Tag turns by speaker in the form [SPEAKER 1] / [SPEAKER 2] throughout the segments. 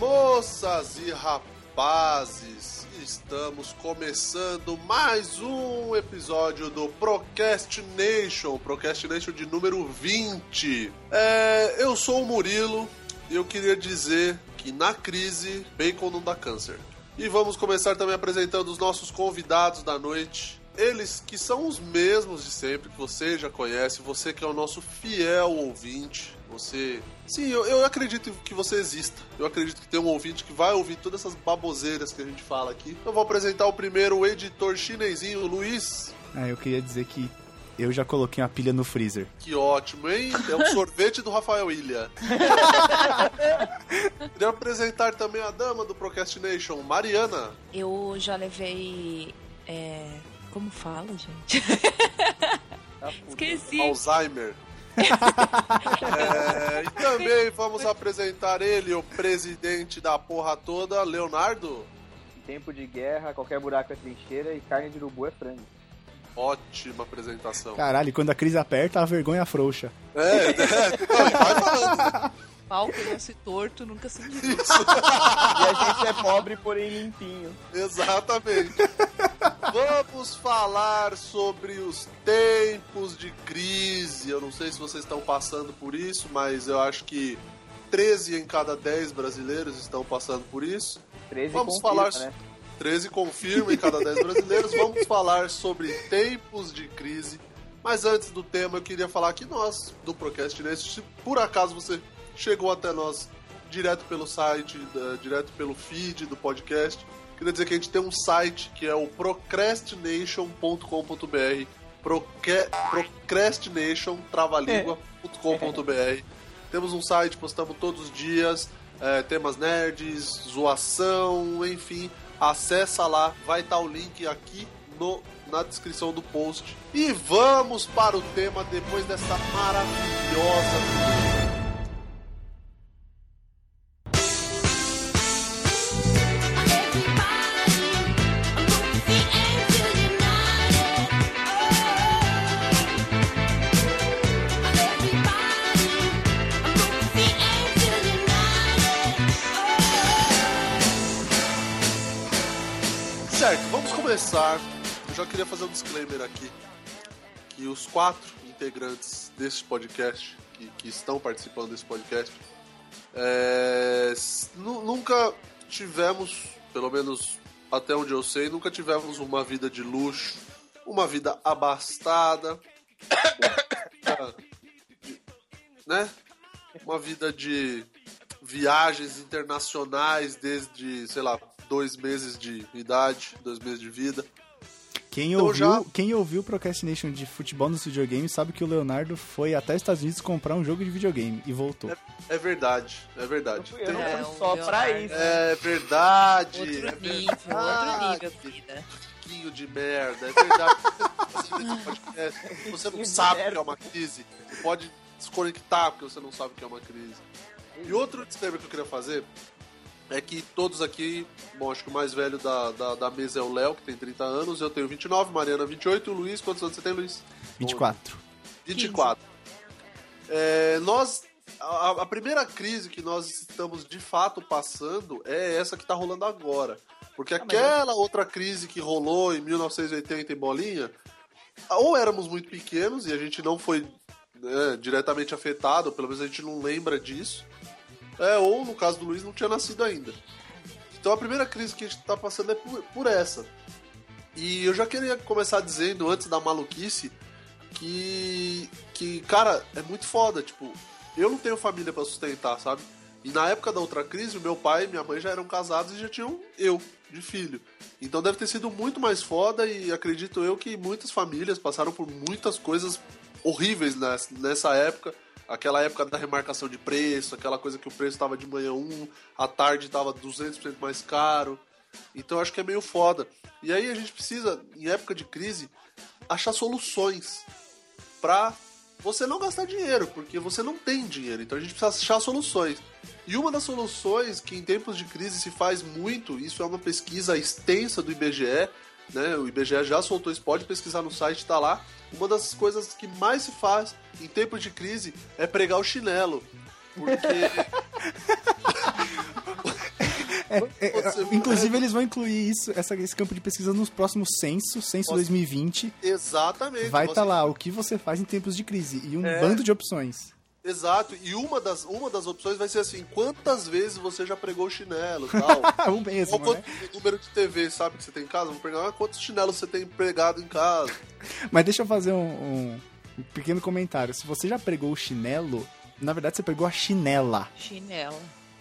[SPEAKER 1] Moças e rapazes, estamos começando mais um episódio do Procrastination, Procrastination de número 20. É, eu sou o Murilo e eu queria dizer que na crise, bacon não dá câncer. E vamos começar também apresentando os nossos convidados da noite. Eles que são os mesmos de sempre, que você já conhece, você que é o nosso fiel ouvinte, você. Sim, eu, eu acredito que você exista. Eu acredito que tem um ouvinte que vai ouvir todas essas baboseiras que a gente fala aqui. Eu vou apresentar o primeiro, o editor chinesinho, Luiz.
[SPEAKER 2] Ah, eu queria dizer que eu já coloquei uma pilha no freezer.
[SPEAKER 1] Que ótimo, hein? É um sorvete do Rafael Ilha. Queria apresentar também a dama do Procrastination, Mariana.
[SPEAKER 3] Eu já levei. é, Como fala, gente? Esqueci.
[SPEAKER 1] Alzheimer. É, e também vamos apresentar ele, o presidente da porra toda, Leonardo.
[SPEAKER 4] Em tempo de guerra, qualquer buraco é trincheira e carne de urubu é frango.
[SPEAKER 1] Ótima apresentação.
[SPEAKER 2] Caralho, quando a crise aperta, a vergonha afrouxa.
[SPEAKER 1] É, né? Não, vai falando.
[SPEAKER 3] Pau que não se torto, nunca se diria.
[SPEAKER 4] E a gente é pobre, porém limpinho.
[SPEAKER 1] Exatamente. Vamos falar sobre os tempos de crise. Eu não sei se vocês estão passando por isso, mas eu acho que 13 em cada 10 brasileiros estão passando por isso.
[SPEAKER 4] 13
[SPEAKER 1] Vamos
[SPEAKER 4] confirma,
[SPEAKER 1] falar-
[SPEAKER 4] né?
[SPEAKER 1] 13 confirma em cada 10 brasileiros. Vamos falar sobre tempos de crise. Mas antes do tema, eu queria falar que nós, do Procast Nation, se por acaso você chegou até nós direto pelo site, eh, direto pelo feed do podcast, queria dizer que a gente tem um site que é o procrastination.com.br proque- procrastination.com.br Temos um site, postamos todos os dias, eh, temas nerds, zoação, enfim acessa lá, vai estar o link aqui no, na descrição do post. E vamos para o tema depois dessa maravilhosa. Certo, vamos começar. Eu já queria fazer um disclaimer aqui. Que os quatro integrantes deste podcast, que, que estão participando desse podcast, é, s- nu- nunca tivemos, pelo menos até onde eu sei, nunca tivemos uma vida de luxo, uma vida abastada, uma vida de- né? Uma vida de viagens internacionais desde, sei lá, dois meses de idade, dois meses de vida.
[SPEAKER 2] Quem
[SPEAKER 1] Então
[SPEAKER 2] ouviu,
[SPEAKER 1] já-
[SPEAKER 2] quem ouviu o Procrastination de futebol nos videogames sabe que o Leonardo foi até os Estados Unidos comprar um jogo de videogame e voltou.
[SPEAKER 1] É verdade, é verdade.
[SPEAKER 4] Eu não
[SPEAKER 1] Tem-
[SPEAKER 3] É,
[SPEAKER 4] fui só
[SPEAKER 3] o
[SPEAKER 4] pra
[SPEAKER 3] Leonardo.
[SPEAKER 4] isso.
[SPEAKER 1] É verdade. é
[SPEAKER 3] Outro
[SPEAKER 1] verdade.
[SPEAKER 3] nível, outro nível, querida.
[SPEAKER 1] Pouquinho de merda, é verdade. Você vê esse podcast, Você não
[SPEAKER 4] Que
[SPEAKER 1] sabe o que
[SPEAKER 4] merda.
[SPEAKER 1] é uma crise. Você pode desconectar porque você não sabe o que é uma crise. E outro disclaimer que eu queria fazer é que todos aqui, bom, acho que o mais velho da, da, da mesa é o Léo, que tem 30 anos, eu tenho 29, Mariana 28, o Luiz, quantos anos você tem, Luiz?
[SPEAKER 2] 24.
[SPEAKER 1] 24. É, nós. A, a primeira crise que nós estamos de fato passando é essa que tá rolando agora. Porque aquela outra crise que rolou em 1980 em Bolinha, ou éramos muito pequenos e a gente não foi né, diretamente afetado, pelo menos a gente não lembra disso. É, ou no caso do Luiz, não tinha nascido ainda. Então a primeira crise que a gente tá passando é por- por essa. E eu já queria começar dizendo, antes da maluquice, que, que cara, é muito foda. Tipo, eu não tenho família pra sustentar, sabe? E na época da outra crise, o meu pai e minha mãe já eram casados e já tinham eu de filho. Então deve ter sido muito mais foda e acredito eu que muitas famílias passaram por muitas coisas horríveis nes- nessa época. Aquela época da remarcação de preço, aquela coisa que o preço tava de manhã um, à tarde tava 200% mais caro. Então eu acho que é meio foda. E aí a gente precisa, em época de crise, achar soluções pra você não gastar dinheiro, porque você não tem dinheiro. Então a gente precisa achar soluções. E uma das soluções que em tempos de crise se faz muito, isso é uma pesquisa extensa do IBGE, né? O IBGE já soltou isso, pode pesquisar no site, tá lá. Uma das coisas que mais se faz em tempos de crise é pregar o chinelo. Porque Você-
[SPEAKER 2] Inclusive, eles vão incluir isso, essa- esse campo de pesquisa nos próximos censos, censo
[SPEAKER 1] Nossa.
[SPEAKER 2] 2020.
[SPEAKER 1] Exatamente.
[SPEAKER 2] Vai
[SPEAKER 1] você-
[SPEAKER 2] estar lá o que você faz em tempos de crise e um
[SPEAKER 1] É.
[SPEAKER 2] bando de opções.
[SPEAKER 1] Exato. E uma das, uma das opções vai ser assim: quantas vezes você já pregou o chinelo tal?
[SPEAKER 2] um
[SPEAKER 1] Ou
[SPEAKER 2] mesmo, né?
[SPEAKER 1] quanto o número de TV, sabe, que você tem em casa? Vou perguntar, ah, quantos chinelos você tem pregado em casa?
[SPEAKER 2] Mas deixa eu fazer um, um- um pequeno comentário. Se você já pregou o chinelo, na verdade você pregou a chinela.
[SPEAKER 3] Chinela.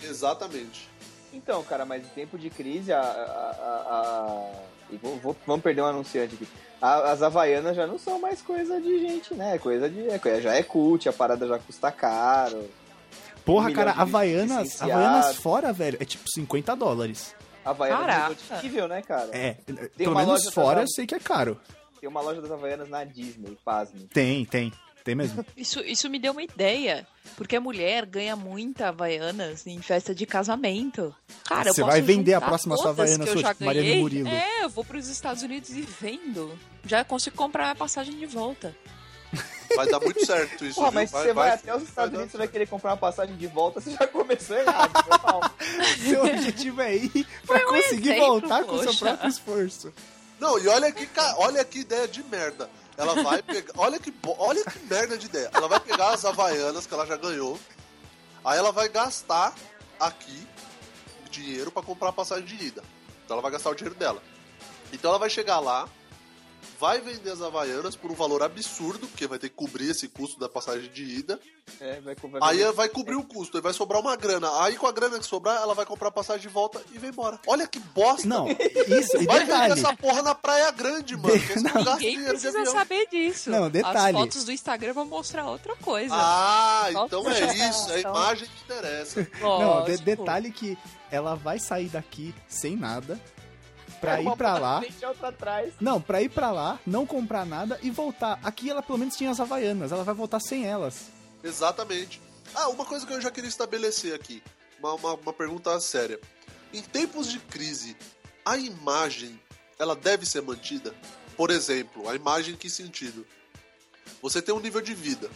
[SPEAKER 1] Exatamente.
[SPEAKER 4] Então, cara, mas em tempo de crise, a. a- a- a- e vou- vou- vamos perder um anunciante aqui. A- as Havaianas já não são mais coisa de gente, né? É Coisa de. é coisa- já é cult, a parada já custa caro.
[SPEAKER 2] Porra,
[SPEAKER 4] milhão
[SPEAKER 2] cara,
[SPEAKER 4] de
[SPEAKER 2] Havaianas,
[SPEAKER 4] licenciado.
[SPEAKER 2] Havaianas fora, velho, é tipo 50 dólares.
[SPEAKER 4] A Havaianas
[SPEAKER 3] Caraca.
[SPEAKER 4] é incompatível, né, cara?
[SPEAKER 2] É, pelo
[SPEAKER 4] uma
[SPEAKER 2] menos
[SPEAKER 4] loja
[SPEAKER 2] fora
[SPEAKER 4] atrás-
[SPEAKER 2] eu sei que é caro.
[SPEAKER 4] Tem uma loja das Havaianas na Disney, pasme.
[SPEAKER 2] Tem, tem. Tem mesmo.
[SPEAKER 3] Isso, isso me deu uma ideia. Porque a mulher ganha muita Havaianas em festa de casamento. Cara, eu
[SPEAKER 2] Você
[SPEAKER 3] posso
[SPEAKER 2] vai vender a
[SPEAKER 3] juntar
[SPEAKER 2] próxima sua
[SPEAKER 3] todas
[SPEAKER 2] Havaiana
[SPEAKER 3] que eu
[SPEAKER 2] sua,
[SPEAKER 3] já
[SPEAKER 2] tipo Maria do
[SPEAKER 3] ganhei.
[SPEAKER 2] Murilo.
[SPEAKER 3] É, eu vou pros Estados Unidos e vendo. Já consigo comprar a passagem de volta.
[SPEAKER 1] Vai dar muito certo isso.
[SPEAKER 4] Porra,
[SPEAKER 1] viu?
[SPEAKER 4] mas se você vai, até os
[SPEAKER 1] vai
[SPEAKER 4] Estados
[SPEAKER 1] dar
[SPEAKER 4] Unidos, você vai querer comprar uma passagem de volta, você já começou errado. foi mal.
[SPEAKER 2] seu objetivo é ir pra conseguir
[SPEAKER 3] um exemplo,
[SPEAKER 2] voltar com seu
[SPEAKER 3] poxa.
[SPEAKER 2] próprio esforço.
[SPEAKER 1] Não, e olha que, ca- olha que ideia de merda. Ela vai pegar. Olha que, bo- olha que merda de ideia. Ela vai pegar as Havaianas que ela já ganhou. Aí ela vai gastar aqui dinheiro pra comprar a passagem de ida. Então ela vai gastar o dinheiro dela. Então ela vai chegar lá, vai vender as Havaianas por um valor absurdo, porque vai ter que cobrir esse custo da passagem de ida.
[SPEAKER 4] É, vai, vai,
[SPEAKER 1] Aí ela vai cobrir o custo, aí vai sobrar uma grana. Aí com a grana que sobrar, ela vai comprar a passagem de volta e vai embora. Olha que bosta!
[SPEAKER 2] Não, isso, e
[SPEAKER 1] Vai vender
[SPEAKER 2] detalhe.
[SPEAKER 1] essa porra na Praia Grande, mano. que é esse lugar tem
[SPEAKER 3] Ninguém
[SPEAKER 1] dinheiro de
[SPEAKER 3] precisa
[SPEAKER 1] avião.
[SPEAKER 3] saber disso.
[SPEAKER 2] Não, detalhe.
[SPEAKER 3] As fotos do Instagram vão mostrar outra coisa.
[SPEAKER 1] Ah,
[SPEAKER 3] Só
[SPEAKER 1] então
[SPEAKER 3] pra
[SPEAKER 1] é
[SPEAKER 3] essa
[SPEAKER 1] isso. É a
[SPEAKER 3] relação.
[SPEAKER 1] imagem que interessa.
[SPEAKER 2] Não,
[SPEAKER 3] Lógico.
[SPEAKER 2] de- detalhe que ela vai sair daqui sem nada pra
[SPEAKER 4] É
[SPEAKER 2] ir
[SPEAKER 4] uma
[SPEAKER 2] pra
[SPEAKER 4] pra
[SPEAKER 2] lá.
[SPEAKER 4] frente, a outra atrás.
[SPEAKER 2] Não, pra ir pra lá, não comprar nada e voltar. Aqui ela pelo menos tinha as havaianas, ela vai voltar sem elas.
[SPEAKER 1] Exatamente. Ah, uma coisa que eu já queria estabelecer aqui. Uma, uma, uma pergunta séria. Em tempos de crise, a imagem, ela deve ser mantida? Por exemplo, a imagem em que sentido? Você tem um nível de vida.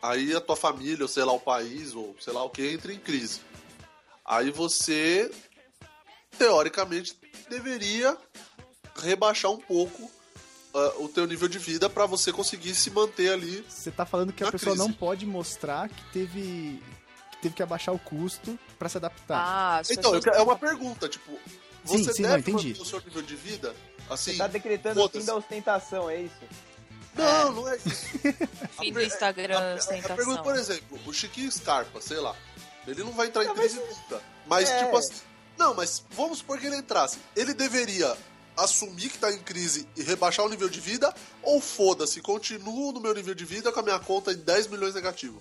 [SPEAKER 1] Aí a tua família, ou sei lá, o país, ou sei lá o que, entra em crise. Aí você, teoricamente, deveria rebaixar um pouco ah, o teu nível de vida pra você conseguir se manter ali
[SPEAKER 2] Você tá falando que a
[SPEAKER 1] Na
[SPEAKER 2] pessoa
[SPEAKER 1] crise.
[SPEAKER 2] não pode mostrar que teve que teve que abaixar o custo pra se adaptar.
[SPEAKER 3] Ah, as
[SPEAKER 1] Então, eu
[SPEAKER 3] pessoas
[SPEAKER 1] quero- é uma pergunta, tipo, você
[SPEAKER 2] sim, não,
[SPEAKER 1] deve
[SPEAKER 2] entendi.
[SPEAKER 1] manter o seu nível de vida? Assim,
[SPEAKER 4] Você tá decretando o
[SPEAKER 1] Foda-se.
[SPEAKER 4] fim da ostentação, é isso?
[SPEAKER 1] não, não é isso.
[SPEAKER 3] no
[SPEAKER 1] a
[SPEAKER 3] fim do
[SPEAKER 1] per-
[SPEAKER 4] é
[SPEAKER 3] Instagram,
[SPEAKER 1] a, a
[SPEAKER 3] ostentação.
[SPEAKER 1] pergunta, por exemplo, o Chiquinho Scarpa, sei lá, ele não vai entrar em
[SPEAKER 4] Não,
[SPEAKER 1] crise nunca, mas
[SPEAKER 4] É.
[SPEAKER 1] tipo assim, não, mas vamos supor que ele entrasse, ele deveria assumir que tá em crise e rebaixar o nível de vida, ou foda-se, continuo no meu nível de vida com a minha conta em 10 milhões negativo.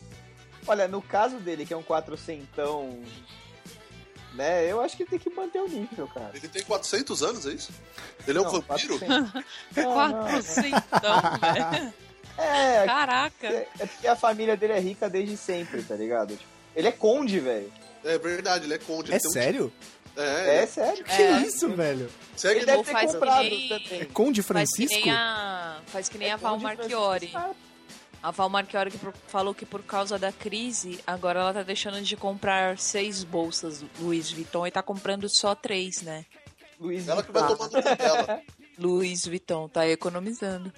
[SPEAKER 4] Olha, no caso dele, que é um quatrocentão, né? Eu acho que tem que manter o nível, cara.
[SPEAKER 1] Ele tem 400 anos, é isso? Ele é um
[SPEAKER 4] Não,
[SPEAKER 1] vampiro?
[SPEAKER 4] 400. Não, não, não.
[SPEAKER 3] Quatrocentão, velho.
[SPEAKER 4] É,
[SPEAKER 3] Caraca.
[SPEAKER 4] é é porque a família dele é rica desde sempre, tá ligado? Tipo, Ele é conde, velho.
[SPEAKER 1] É verdade, ele é conde.
[SPEAKER 2] É
[SPEAKER 1] ele tem um-
[SPEAKER 2] sério?
[SPEAKER 1] É,
[SPEAKER 4] É
[SPEAKER 1] é.
[SPEAKER 4] sério.
[SPEAKER 2] Que
[SPEAKER 3] É.
[SPEAKER 2] isso, velho?
[SPEAKER 1] Segue
[SPEAKER 4] Ele
[SPEAKER 1] no
[SPEAKER 4] deve
[SPEAKER 3] Ou
[SPEAKER 4] ter
[SPEAKER 3] faz que
[SPEAKER 4] comprado
[SPEAKER 3] nem-
[SPEAKER 4] também.
[SPEAKER 2] É Conde
[SPEAKER 3] Faz que
[SPEAKER 2] Francisco?
[SPEAKER 3] nem a, faz que nem
[SPEAKER 1] É
[SPEAKER 3] a Val
[SPEAKER 4] Conde
[SPEAKER 3] Marchiori.
[SPEAKER 4] Francisco.
[SPEAKER 3] A Val Marchiori que por- falou que por causa da crise, agora ela tá deixando de comprar seis bolsas Louis Vuitton e tá comprando só três, né?
[SPEAKER 4] Luiz
[SPEAKER 1] Ela que vai
[SPEAKER 4] Vitor.
[SPEAKER 1] tomar no cu dela.
[SPEAKER 3] Louis Vuitton tá economizando.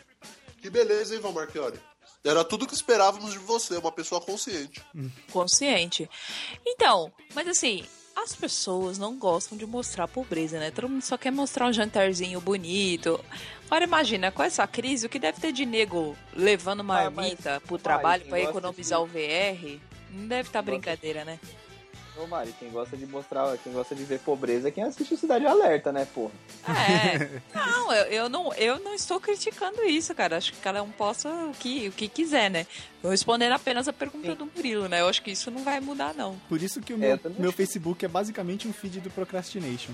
[SPEAKER 1] Que beleza, hein, Valmar Chiori? Era tudo que esperávamos de você, uma pessoa consciente.
[SPEAKER 3] Consciente. Então, mas assim, as pessoas não gostam de mostrar a pobreza, né? Todo mundo só quer mostrar um jantarzinho bonito. Agora imagina, com essa crise, o que deve ter de nego levando
[SPEAKER 4] Ah, mas-
[SPEAKER 3] marmita pro
[SPEAKER 4] mas
[SPEAKER 3] trabalho
[SPEAKER 4] quem
[SPEAKER 3] pra
[SPEAKER 4] gosta
[SPEAKER 3] economizar
[SPEAKER 4] de-
[SPEAKER 3] o VR? Não deve estar
[SPEAKER 4] Quem gosta-
[SPEAKER 3] brincadeira, né?
[SPEAKER 4] Ô, Mari, quem gosta de mostrar, quem gosta de ver pobreza é quem assiste o Cidade Alerta, né, porra?
[SPEAKER 3] É. Não, eu, eu não, eu não estou criticando isso, cara. Acho que cada um possa o que, o que quiser, né? Eu respondendo apenas a pergunta
[SPEAKER 4] Sim.
[SPEAKER 3] do Murilo, né? Eu acho que isso não vai mudar, não.
[SPEAKER 2] Por isso que o
[SPEAKER 4] É,
[SPEAKER 2] meu,
[SPEAKER 4] eu também
[SPEAKER 2] meu
[SPEAKER 4] acho.
[SPEAKER 2] Facebook é basicamente um feed do Procrastination.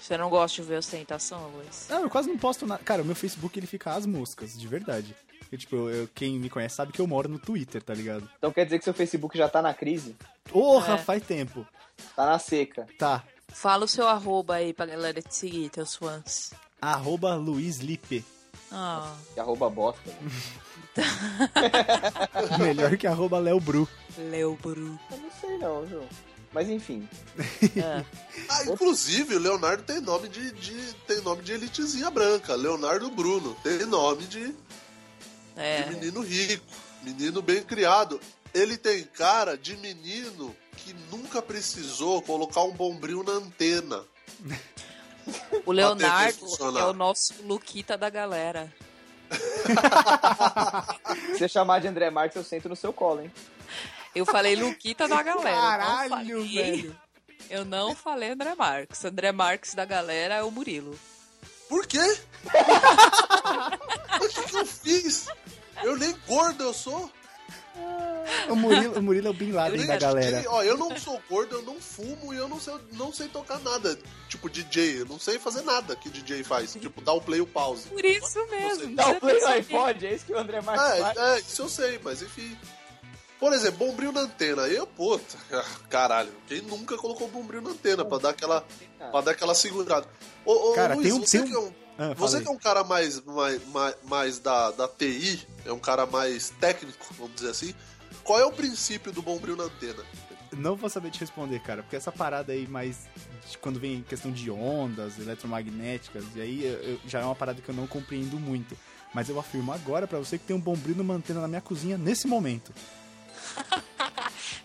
[SPEAKER 3] Você não gosta de ver ostentação, Luiz?
[SPEAKER 2] Ah, eu quase não posto nada. Cara, o meu Facebook ele fica às moscas, de verdade. Eu, tipo, eu- quem me conhece sabe que eu moro no Twitter, tá ligado?
[SPEAKER 4] Então quer dizer que seu Facebook já tá na crise?
[SPEAKER 2] Porra,
[SPEAKER 3] É.
[SPEAKER 2] faz tempo.
[SPEAKER 4] Tá na seca.
[SPEAKER 2] Tá.
[SPEAKER 3] Fala o seu arroba aí pra galera te seguir, teus fãs.
[SPEAKER 2] Arroba Luiz Lipe.
[SPEAKER 3] Ah,
[SPEAKER 4] Que arroba bosta. né?
[SPEAKER 2] Melhor que arroba Léo Bru.
[SPEAKER 3] Leobru.
[SPEAKER 4] Eu não sei não, viu? Mas enfim.
[SPEAKER 3] Ah,
[SPEAKER 1] Ah, inclusive, o Leonardo tem nome de, de- tem nome de elitezinha branca. Leonardo Bruno. Tem nome de, de
[SPEAKER 3] é.
[SPEAKER 1] menino rico. Menino bem criado. Ele tem cara de menino que nunca precisou colocar um bombril na antena.
[SPEAKER 3] O
[SPEAKER 1] Pra TV
[SPEAKER 3] Leonardo
[SPEAKER 1] funcionar.
[SPEAKER 3] é o nosso Luquita da galera.
[SPEAKER 4] Se você chamar de André Marques, eu sento no seu colo, hein?
[SPEAKER 3] Eu falei Luquita da galera. eu não
[SPEAKER 2] Caralho,
[SPEAKER 3] falei-
[SPEAKER 2] velho.
[SPEAKER 3] Eu não falei André Marques. André Marques da galera é o Murilo.
[SPEAKER 1] Por quê? Mas o que, que eu fiz? Eu nem gordo eu sou.
[SPEAKER 2] O Murilo, o Murilo é o Bin
[SPEAKER 1] Eu
[SPEAKER 2] Laden
[SPEAKER 1] nem
[SPEAKER 2] da galera.
[SPEAKER 1] DJ. Ó, eu não sou gordo, eu não fumo e eu não sei, não sei tocar nada. Tipo DJ, eu não sei fazer nada que DJ faz. Tipo, dar o play e o pause.
[SPEAKER 3] Por isso mesmo.
[SPEAKER 4] Dá o
[SPEAKER 3] você Ah,
[SPEAKER 4] play no
[SPEAKER 3] percebe.
[SPEAKER 4] iPod, é isso que o André Marques faz.
[SPEAKER 1] É, é, isso eu sei, mas enfim. Por exemplo, bombril na antena. Eu, puta, caralho, quem nunca colocou bombril na antena pra dar aquela,
[SPEAKER 3] então-
[SPEAKER 1] pra dar aquela segurada? Ô, ô,
[SPEAKER 2] Cara,
[SPEAKER 1] Luiz,
[SPEAKER 2] tem um-
[SPEAKER 1] você,
[SPEAKER 2] tem um-
[SPEAKER 1] que é um,
[SPEAKER 2] Ah,
[SPEAKER 1] você
[SPEAKER 2] falei.
[SPEAKER 1] que é um cara mais, mais, mais, mais da, da TI, é um cara mais técnico, vamos dizer assim. Qual é o princípio do bombril na antena?
[SPEAKER 2] Não vou saber te responder, cara, porque essa parada aí mais de quando vem questão de ondas eletromagnéticas, e aí eu- eu- já é uma parada que eu não compreendo muito. Mas eu afirmo agora pra você que tem um bombril numa antena na minha cozinha nesse momento.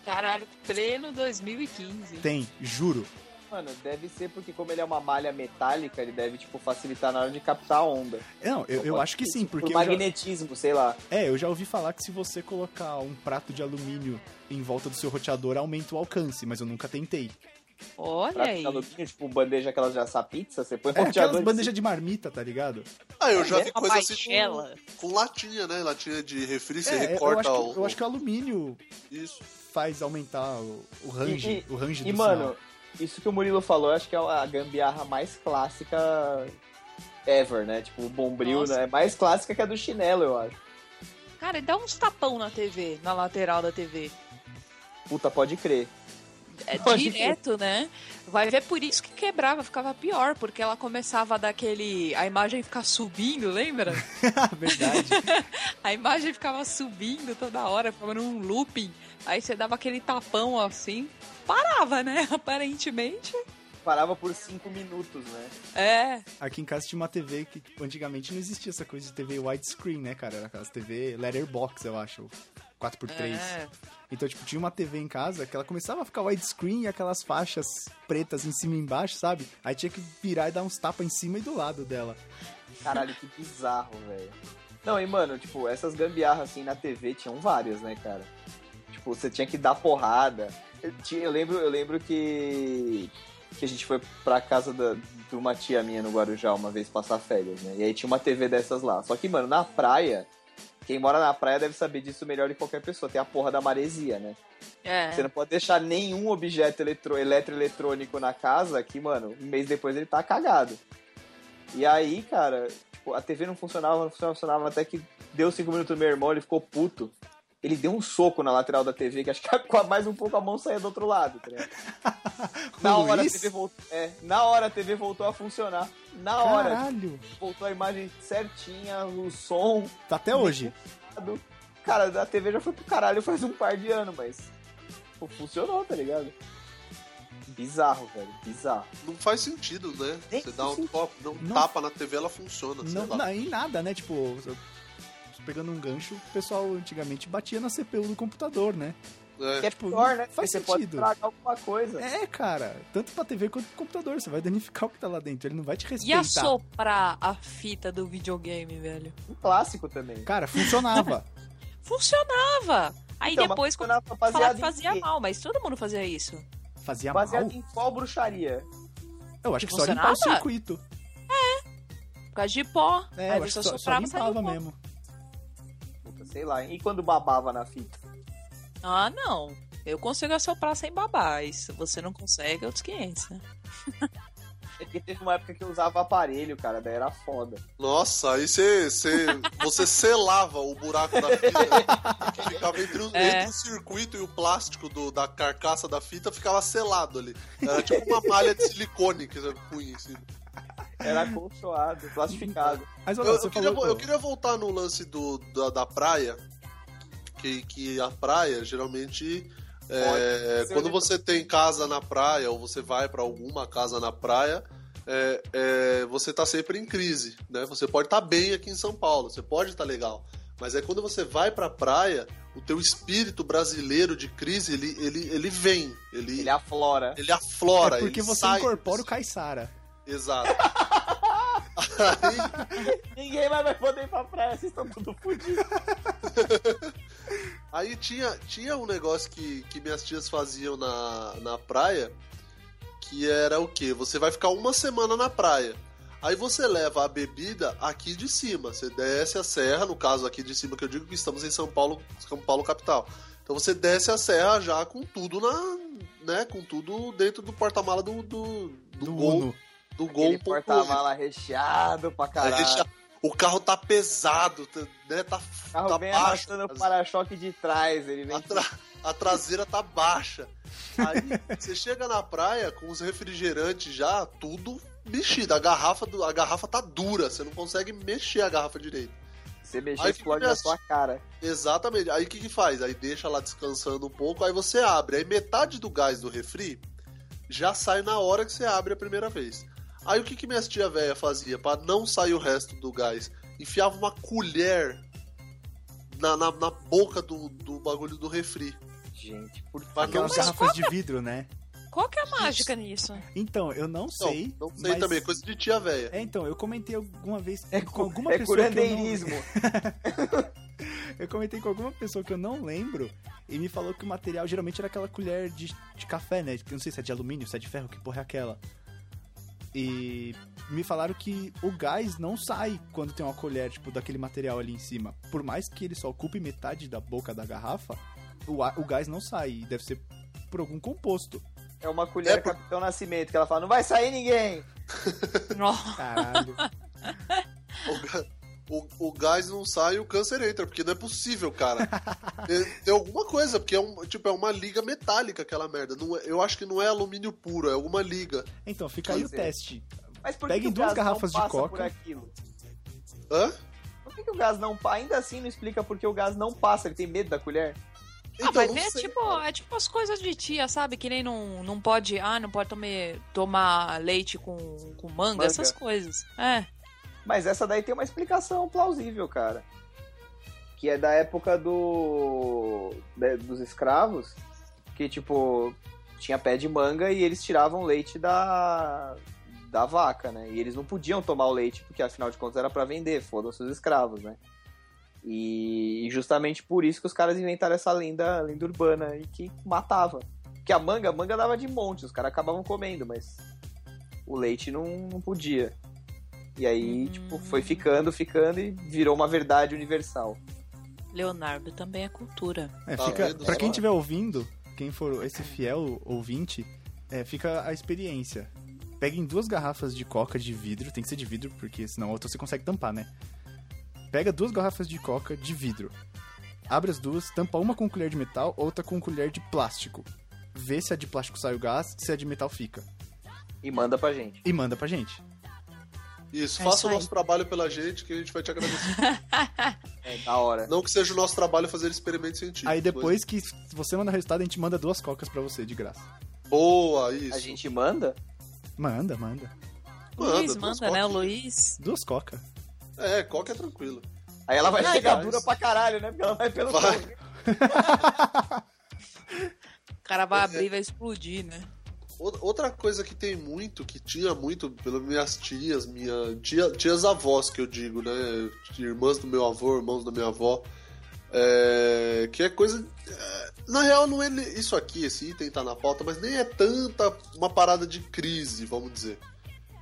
[SPEAKER 3] Caralho, pleno 2015.
[SPEAKER 2] Tem, juro.
[SPEAKER 4] Ah, Mano, deve ser porque como ele é uma malha metálica, ele deve, tipo, facilitar na hora de captar a onda.
[SPEAKER 2] Não, eu, eu acho que sim,
[SPEAKER 4] Por
[SPEAKER 2] porque eu já,
[SPEAKER 4] magnetismo, sei lá.
[SPEAKER 2] é, eu já ouvi falar que se você colocar um prato de alumínio em volta do seu roteador, aumenta o alcance, mas eu nunca tentei.
[SPEAKER 3] Olha
[SPEAKER 4] Pra
[SPEAKER 3] aí.
[SPEAKER 4] ficar alumínio, tipo, bandeja aquelas de assar pizza, você põe um
[SPEAKER 2] É aquelas
[SPEAKER 4] roteador em
[SPEAKER 2] bandejas de marmita, tá ligado?
[SPEAKER 1] Ah, eu já
[SPEAKER 4] É,
[SPEAKER 1] vi
[SPEAKER 3] Uma
[SPEAKER 1] coisa assim com,
[SPEAKER 3] baixela.
[SPEAKER 1] com latinha, né? Latinha de refri, você
[SPEAKER 2] É, eu,
[SPEAKER 1] recorta
[SPEAKER 2] acho
[SPEAKER 1] o,
[SPEAKER 2] que, eu acho que o alumínio
[SPEAKER 1] Isso.
[SPEAKER 2] faz aumentar o, o range,
[SPEAKER 4] E-
[SPEAKER 2] o range
[SPEAKER 4] E,
[SPEAKER 2] do
[SPEAKER 4] mano, isso que o Murilo falou, eu acho que é a gambiarra mais clássica ever, né? Tipo, o bombril,
[SPEAKER 3] Nossa.
[SPEAKER 4] né? É mais clássica que a do chinelo, eu acho.
[SPEAKER 3] Cara, e dá uns tapão na TV, na lateral da TV.
[SPEAKER 4] Puta, pode crer.
[SPEAKER 3] É
[SPEAKER 4] Pode
[SPEAKER 3] direto, né? Vai ver por isso que quebrava, ficava pior, porque ela começava daquele. A imagem ficar subindo, lembra?
[SPEAKER 2] sinal. É Verdade.
[SPEAKER 3] A imagem ficava subindo toda hora, ficava num looping. Aí você dava aquele tapão assim, parava, né? Aparentemente.
[SPEAKER 4] Parava por cinco minutos, né?
[SPEAKER 3] É.
[SPEAKER 2] Aqui em casa tinha uma TV que tipo, antigamente não existia essa coisa de TV widescreen, né, cara? Era aquelas TV letterbox, eu acho. 4x3.
[SPEAKER 3] É.
[SPEAKER 2] Então, tipo, tinha uma TV em casa que ela começava a ficar widescreen e aquelas faixas pretas em cima e embaixo, sabe? Aí tinha que virar e dar uns tapas em cima e do lado dela.
[SPEAKER 4] Caralho, que bizarro, velho. Não, e mano, tipo, essas gambiarras assim na TV tinham várias, né, cara? Tipo, você tinha que dar porrada. Eu, ti- eu lembro, eu lembro que que a gente foi pra casa da, de uma tia minha no Guarujá uma vez passar férias, né? E aí tinha uma TV dessas lá. Só que, mano, na praia, quem mora na praia deve saber disso melhor que qualquer pessoa. Tem a porra da maresia, né?
[SPEAKER 3] É.
[SPEAKER 4] Você não pode deixar nenhum objeto eletro, eletroeletrônico na casa que, mano, um mês depois ele tá cagado. E aí, cara, tipo, a TV não funcionava, não funcionava, não funcionava, até que deu cinco minutos do meu irmão, ele ficou puto. Ele deu um soco na lateral da TV, que acho que com a- mais um pouco a mão saía do outro lado, tá ligado? na, hora a
[SPEAKER 2] Luiz?
[SPEAKER 4] TV voltou, é, na hora a TV voltou a funcionar. Na hora,
[SPEAKER 2] é Caralho!
[SPEAKER 4] voltou a imagem certinha, o som.
[SPEAKER 2] Tá até hoje.
[SPEAKER 4] tudo. Cara, a TV já foi pro caralho faz um par de anos, mas. pô, funcionou, tá ligado? Bizarro, velho. Bizarro.
[SPEAKER 1] Não faz sentido, né?
[SPEAKER 4] Nem
[SPEAKER 1] Você dá um
[SPEAKER 4] sentido.
[SPEAKER 1] copo, dá um
[SPEAKER 2] Não.
[SPEAKER 1] tapa na TV, ela funciona,
[SPEAKER 2] Não,
[SPEAKER 1] sei lá.
[SPEAKER 2] não, em nada, né? Tipo, eu- pegando um gancho, o pessoal antigamente batia na CPU do computador, né?
[SPEAKER 1] É.
[SPEAKER 4] Que é
[SPEAKER 2] tipo,
[SPEAKER 4] pior, né?
[SPEAKER 2] faz
[SPEAKER 4] Porque Você pode
[SPEAKER 2] sentido.
[SPEAKER 4] estragar alguma coisa.
[SPEAKER 2] É, cara, tanto pra TV quanto pro computador. Você vai danificar o que tá lá dentro. Ele não vai te
[SPEAKER 3] E
[SPEAKER 2] respeitar.
[SPEAKER 3] assoprar a fita do videogame, velho?
[SPEAKER 4] Um clássico também.
[SPEAKER 2] Cara, funcionava.
[SPEAKER 3] Funcionava! Aí
[SPEAKER 4] Então, mas
[SPEAKER 3] depois
[SPEAKER 4] funcionava
[SPEAKER 3] falaram
[SPEAKER 4] baseado
[SPEAKER 3] que
[SPEAKER 4] em
[SPEAKER 3] fazia
[SPEAKER 4] quê?
[SPEAKER 3] mal, mas todo mundo fazia isso.
[SPEAKER 2] Fazia
[SPEAKER 4] Baseado
[SPEAKER 2] mal.
[SPEAKER 4] em qual bruxaria?
[SPEAKER 2] Eu acho
[SPEAKER 3] que
[SPEAKER 2] que só limpar o
[SPEAKER 3] funcionava?
[SPEAKER 2] circuito.
[SPEAKER 3] Por causa de pó.
[SPEAKER 2] É,
[SPEAKER 3] aí
[SPEAKER 2] eu acho
[SPEAKER 3] você
[SPEAKER 2] que só, só
[SPEAKER 3] soprava e saía
[SPEAKER 2] limpava
[SPEAKER 3] o pó.
[SPEAKER 2] mesmo.
[SPEAKER 4] Puta, sei lá. E quando babava na fita?
[SPEAKER 3] Ah, não. Eu consigo assoprar sem babar. E se você não consegue, é outros 500, né?
[SPEAKER 4] É porque teve uma época que eu usava aparelho, cara. Daí era foda.
[SPEAKER 1] Nossa, aí você, você, você selava o buraco da fita que ficava entre o,
[SPEAKER 3] É.
[SPEAKER 1] entre o circuito e o plástico do- da carcaça da fita, ficava selado ali. Era tipo uma malha de silicone que você punha em cima.
[SPEAKER 4] Era acolchoado, plastificado.
[SPEAKER 2] Mas
[SPEAKER 1] Eu,
[SPEAKER 2] olha, você
[SPEAKER 1] eu queria,
[SPEAKER 2] falou...
[SPEAKER 1] eu queria voltar no lance do, da, da praia, que, que a praia geralmente É,
[SPEAKER 5] Pode ser
[SPEAKER 1] quando
[SPEAKER 5] de-
[SPEAKER 1] você tem casa na praia ou você vai pra alguma casa na praia, é, é, você tá sempre em crise, né? Você pode estar bem aqui em São Paulo, você pode estar legal, mas é quando você vai pra praia, o teu espírito brasileiro de crise ele ele, ele vem, ele
[SPEAKER 4] Ele aflora.
[SPEAKER 1] ele aflora,
[SPEAKER 2] é porque
[SPEAKER 1] ele
[SPEAKER 2] você
[SPEAKER 1] sai.
[SPEAKER 2] incorpora o Caissara.
[SPEAKER 1] Exato. Aí,
[SPEAKER 4] Ninguém mais vai poder ir pra praia, vocês estão tudo fodidos.
[SPEAKER 1] aí tinha, tinha um negócio que, que minhas tias faziam na, na praia, que era o quê? Você vai ficar uma semana na praia. Aí você leva a bebida aqui de cima. Você desce a serra, no caso aqui de cima que eu digo que estamos em São Paulo, São Paulo capital. Então você desce a serra já com tudo na, né, com tudo dentro do porta-mala do do, do,
[SPEAKER 2] Do
[SPEAKER 1] gol,
[SPEAKER 2] Uno.
[SPEAKER 1] do gol
[SPEAKER 4] Ele
[SPEAKER 1] ponto
[SPEAKER 4] porta-mala recheado pra
[SPEAKER 1] Aí
[SPEAKER 4] caralho.
[SPEAKER 1] deixa- o carro tá pesado, tá- né? Tá,
[SPEAKER 4] O
[SPEAKER 1] tá
[SPEAKER 4] carro vem
[SPEAKER 1] baixo.
[SPEAKER 4] arrastando o
[SPEAKER 1] As-
[SPEAKER 4] para-choque de trás, ele vem...
[SPEAKER 1] a, tra- a traseira tá baixa. Aí você chega na praia com os refrigerantes já, tudo mexido. A garrafa, do- a garrafa tá dura, você não consegue mexer a garrafa direito.
[SPEAKER 4] Você mexer,
[SPEAKER 1] Aí
[SPEAKER 4] explode
[SPEAKER 1] fica
[SPEAKER 4] na
[SPEAKER 2] assim.
[SPEAKER 4] sua cara.
[SPEAKER 1] Exatamente. Aí o que, que faz? Aí deixa lá descansando um pouco, aí você abre. Aí metade do gás do refri já sai na hora que você abre a primeira vez. Aí o que, que minha tia velha fazia pra não sair o resto do gás? Enfiava uma colher na, na, na boca do, do bagulho do refri.
[SPEAKER 4] Gente, por
[SPEAKER 1] Pra não
[SPEAKER 2] Aquelas garrafas de vidro, né?
[SPEAKER 3] Qual que é a mágica nisso?
[SPEAKER 2] Então, eu não
[SPEAKER 1] Não,
[SPEAKER 2] sei.
[SPEAKER 1] Não, sei
[SPEAKER 2] mas-
[SPEAKER 1] também, coisa de tia velha.
[SPEAKER 2] É, então, eu comentei alguma vez com alguma
[SPEAKER 4] é
[SPEAKER 2] pessoa que eu, não,
[SPEAKER 4] curandeirismo.
[SPEAKER 2] eu comentei com alguma pessoa que eu não lembro e me falou que o material geralmente era aquela colher de, de café, né? Eu não sei se é de alumínio, se é de ferro, que porra é aquela. E me falaram que o gás não sai quando tem uma colher, tipo, daquele material ali em cima. Por mais que ele só ocupe metade da boca da garrafa, o, ar- o gás não sai. E Deve ser por algum composto.
[SPEAKER 4] É uma colher
[SPEAKER 1] É por-
[SPEAKER 4] Capitão Nascimento, que ela fala, não vai sair ninguém.
[SPEAKER 3] Nossa,
[SPEAKER 2] Caralho.
[SPEAKER 1] O, ga- o- o gás não sai e o câncer entra, porque não é possível, cara. tem, tem alguma coisa, porque é, um, tipo, é uma liga metálica aquela merda. Não é- eu acho que não é alumínio puro, é alguma liga.
[SPEAKER 2] Então, fica aí o
[SPEAKER 4] Pois é.
[SPEAKER 2] teste.
[SPEAKER 4] Mas por
[SPEAKER 2] Peguem
[SPEAKER 4] que que
[SPEAKER 2] duas
[SPEAKER 4] o gás não
[SPEAKER 2] garrafas de
[SPEAKER 4] passa
[SPEAKER 2] coca.
[SPEAKER 4] Por, aquilo?
[SPEAKER 1] Hã?
[SPEAKER 3] Ah,
[SPEAKER 4] por que, que o gás não passa? Ainda assim não explica por que o gás não passa, ele tem medo da colher.
[SPEAKER 3] ah, vai
[SPEAKER 1] Então, não
[SPEAKER 3] ver, é
[SPEAKER 1] sei,
[SPEAKER 3] tipo,
[SPEAKER 1] cara.
[SPEAKER 3] é tipo as coisas de tia, sabe? Que nem não, não pode, ah, não pode tomar, tomar leite com, com manga,
[SPEAKER 4] Manga.
[SPEAKER 3] essas coisas. É.
[SPEAKER 4] Mas essa daí tem uma explicação plausível, cara. Que é da época do da- dos escravos, que tipo tinha pé de manga e eles tiravam leite da da vaca, né? E eles não podiam tomar o leite porque afinal de contas era pra vender, foram-se os escravos, né? E e justamente por isso que os caras inventaram essa lenda, lenda urbana e que matava. Porque a manga, a manga dava de monte, os caras acabavam comendo, mas o leite não, não podia. E aí,
[SPEAKER 3] Hum.
[SPEAKER 4] tipo, foi ficando, ficando e virou uma verdade universal.
[SPEAKER 3] Leonardo também é cultura.
[SPEAKER 2] É,
[SPEAKER 1] Tá
[SPEAKER 2] fica,
[SPEAKER 1] vendo
[SPEAKER 2] pra quem
[SPEAKER 1] só?
[SPEAKER 2] estiver ouvindo, quem for esse fiel ouvinte, é, fica a experiência. Peguem duas garrafas de coca de vidro, tem que ser de vidro, porque senão a outra você consegue tampar, né? Pega duas garrafas de coca de vidro. Abre as duas, tampa uma com colher de metal, outra com colher de plástico. Vê se a de plástico sai o gás, se a de metal fica.
[SPEAKER 4] E manda pra gente.
[SPEAKER 2] E manda pra gente.
[SPEAKER 1] Isso,
[SPEAKER 3] É
[SPEAKER 1] faça
[SPEAKER 3] isso
[SPEAKER 1] o
[SPEAKER 3] aí.
[SPEAKER 1] nosso trabalho pela gente que a gente vai te agradecer.
[SPEAKER 4] É da hora.
[SPEAKER 1] não que seja o nosso trabalho fazer experimento científico.
[SPEAKER 2] Aí depois que você manda o resultado, a gente manda duas cocas pra você de graça.
[SPEAKER 1] mas- Boa,
[SPEAKER 4] A
[SPEAKER 1] isso.
[SPEAKER 4] gente manda?
[SPEAKER 2] Manda, manda.
[SPEAKER 1] Manda,
[SPEAKER 3] Luiz
[SPEAKER 1] duas
[SPEAKER 3] manda, né? O
[SPEAKER 1] cópias.
[SPEAKER 3] Luiz.
[SPEAKER 2] Duas cocas.
[SPEAKER 1] É, qualquer é tranquilo.
[SPEAKER 4] Aí ela vai
[SPEAKER 1] Ai,
[SPEAKER 4] chegar
[SPEAKER 1] cara,
[SPEAKER 4] dura
[SPEAKER 1] isso-
[SPEAKER 4] pra caralho, né? Porque ela vai
[SPEAKER 3] Tá
[SPEAKER 4] pelo
[SPEAKER 1] Vai.
[SPEAKER 4] corpo.
[SPEAKER 3] O cara vai
[SPEAKER 1] É.
[SPEAKER 3] abrir e vai explodir, né?
[SPEAKER 1] Ou- Outra coisa que tem muito, que tinha muito, pelas minhas tias, minha tia, tias avós que eu digo, né? Irmãs do meu avô, irmãos da minha avó. é, que é coisa. é, na real, não é ne- isso aqui, esse item tá na pauta, mas nem é tanta uma parada de crise, vamos dizer.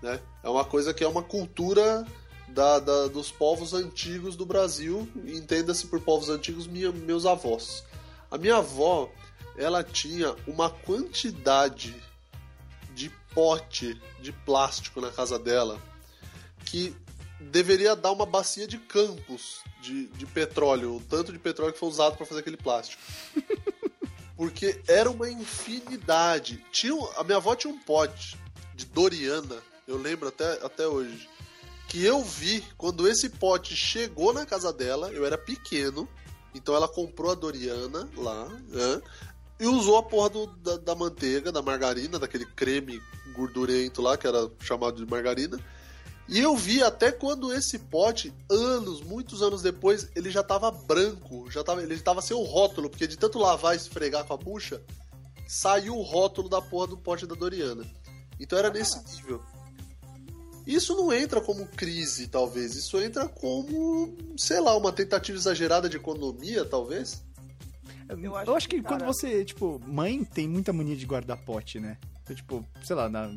[SPEAKER 1] Né? É uma coisa que é uma cultura da, da- dos povos antigos do Brasil. e Entenda-se por povos antigos, minha- meus avós. A minha avó, ela tinha uma quantidade de pote de plástico na casa dela que deveria dar uma bacia de campos de, de petróleo, o tanto de petróleo que foi usado para fazer aquele plástico. Porque era uma infinidade. Tinha, um- a minha avó tinha um pote de Doriana, eu lembro até, até hoje, que eu vi quando esse pote chegou na casa dela, eu era pequeno, então ela comprou a Doriana lá, né? e usou a porra do- da, da manteiga, da margarina, daquele creme gordurento lá, que era chamado de margarina. E eu vi até quando esse pote, anos, muitos anos depois, ele já tava branco, já tava, ele tava sem o rótulo, porque de tanto lavar e esfregar com a bucha, saiu o rótulo da porra do pote da Doriana. Então era nesse nível. Isso não entra como crise, talvez. Isso entra como, sei lá, uma tentativa exagerada de economia, talvez.
[SPEAKER 2] Eu
[SPEAKER 5] Eu
[SPEAKER 2] acho,
[SPEAKER 5] acho
[SPEAKER 2] que,
[SPEAKER 5] que,
[SPEAKER 2] quando
[SPEAKER 5] cara-
[SPEAKER 2] você, tipo, mãe tem muita mania de guardar pote, né? Então, tipo, sei lá, na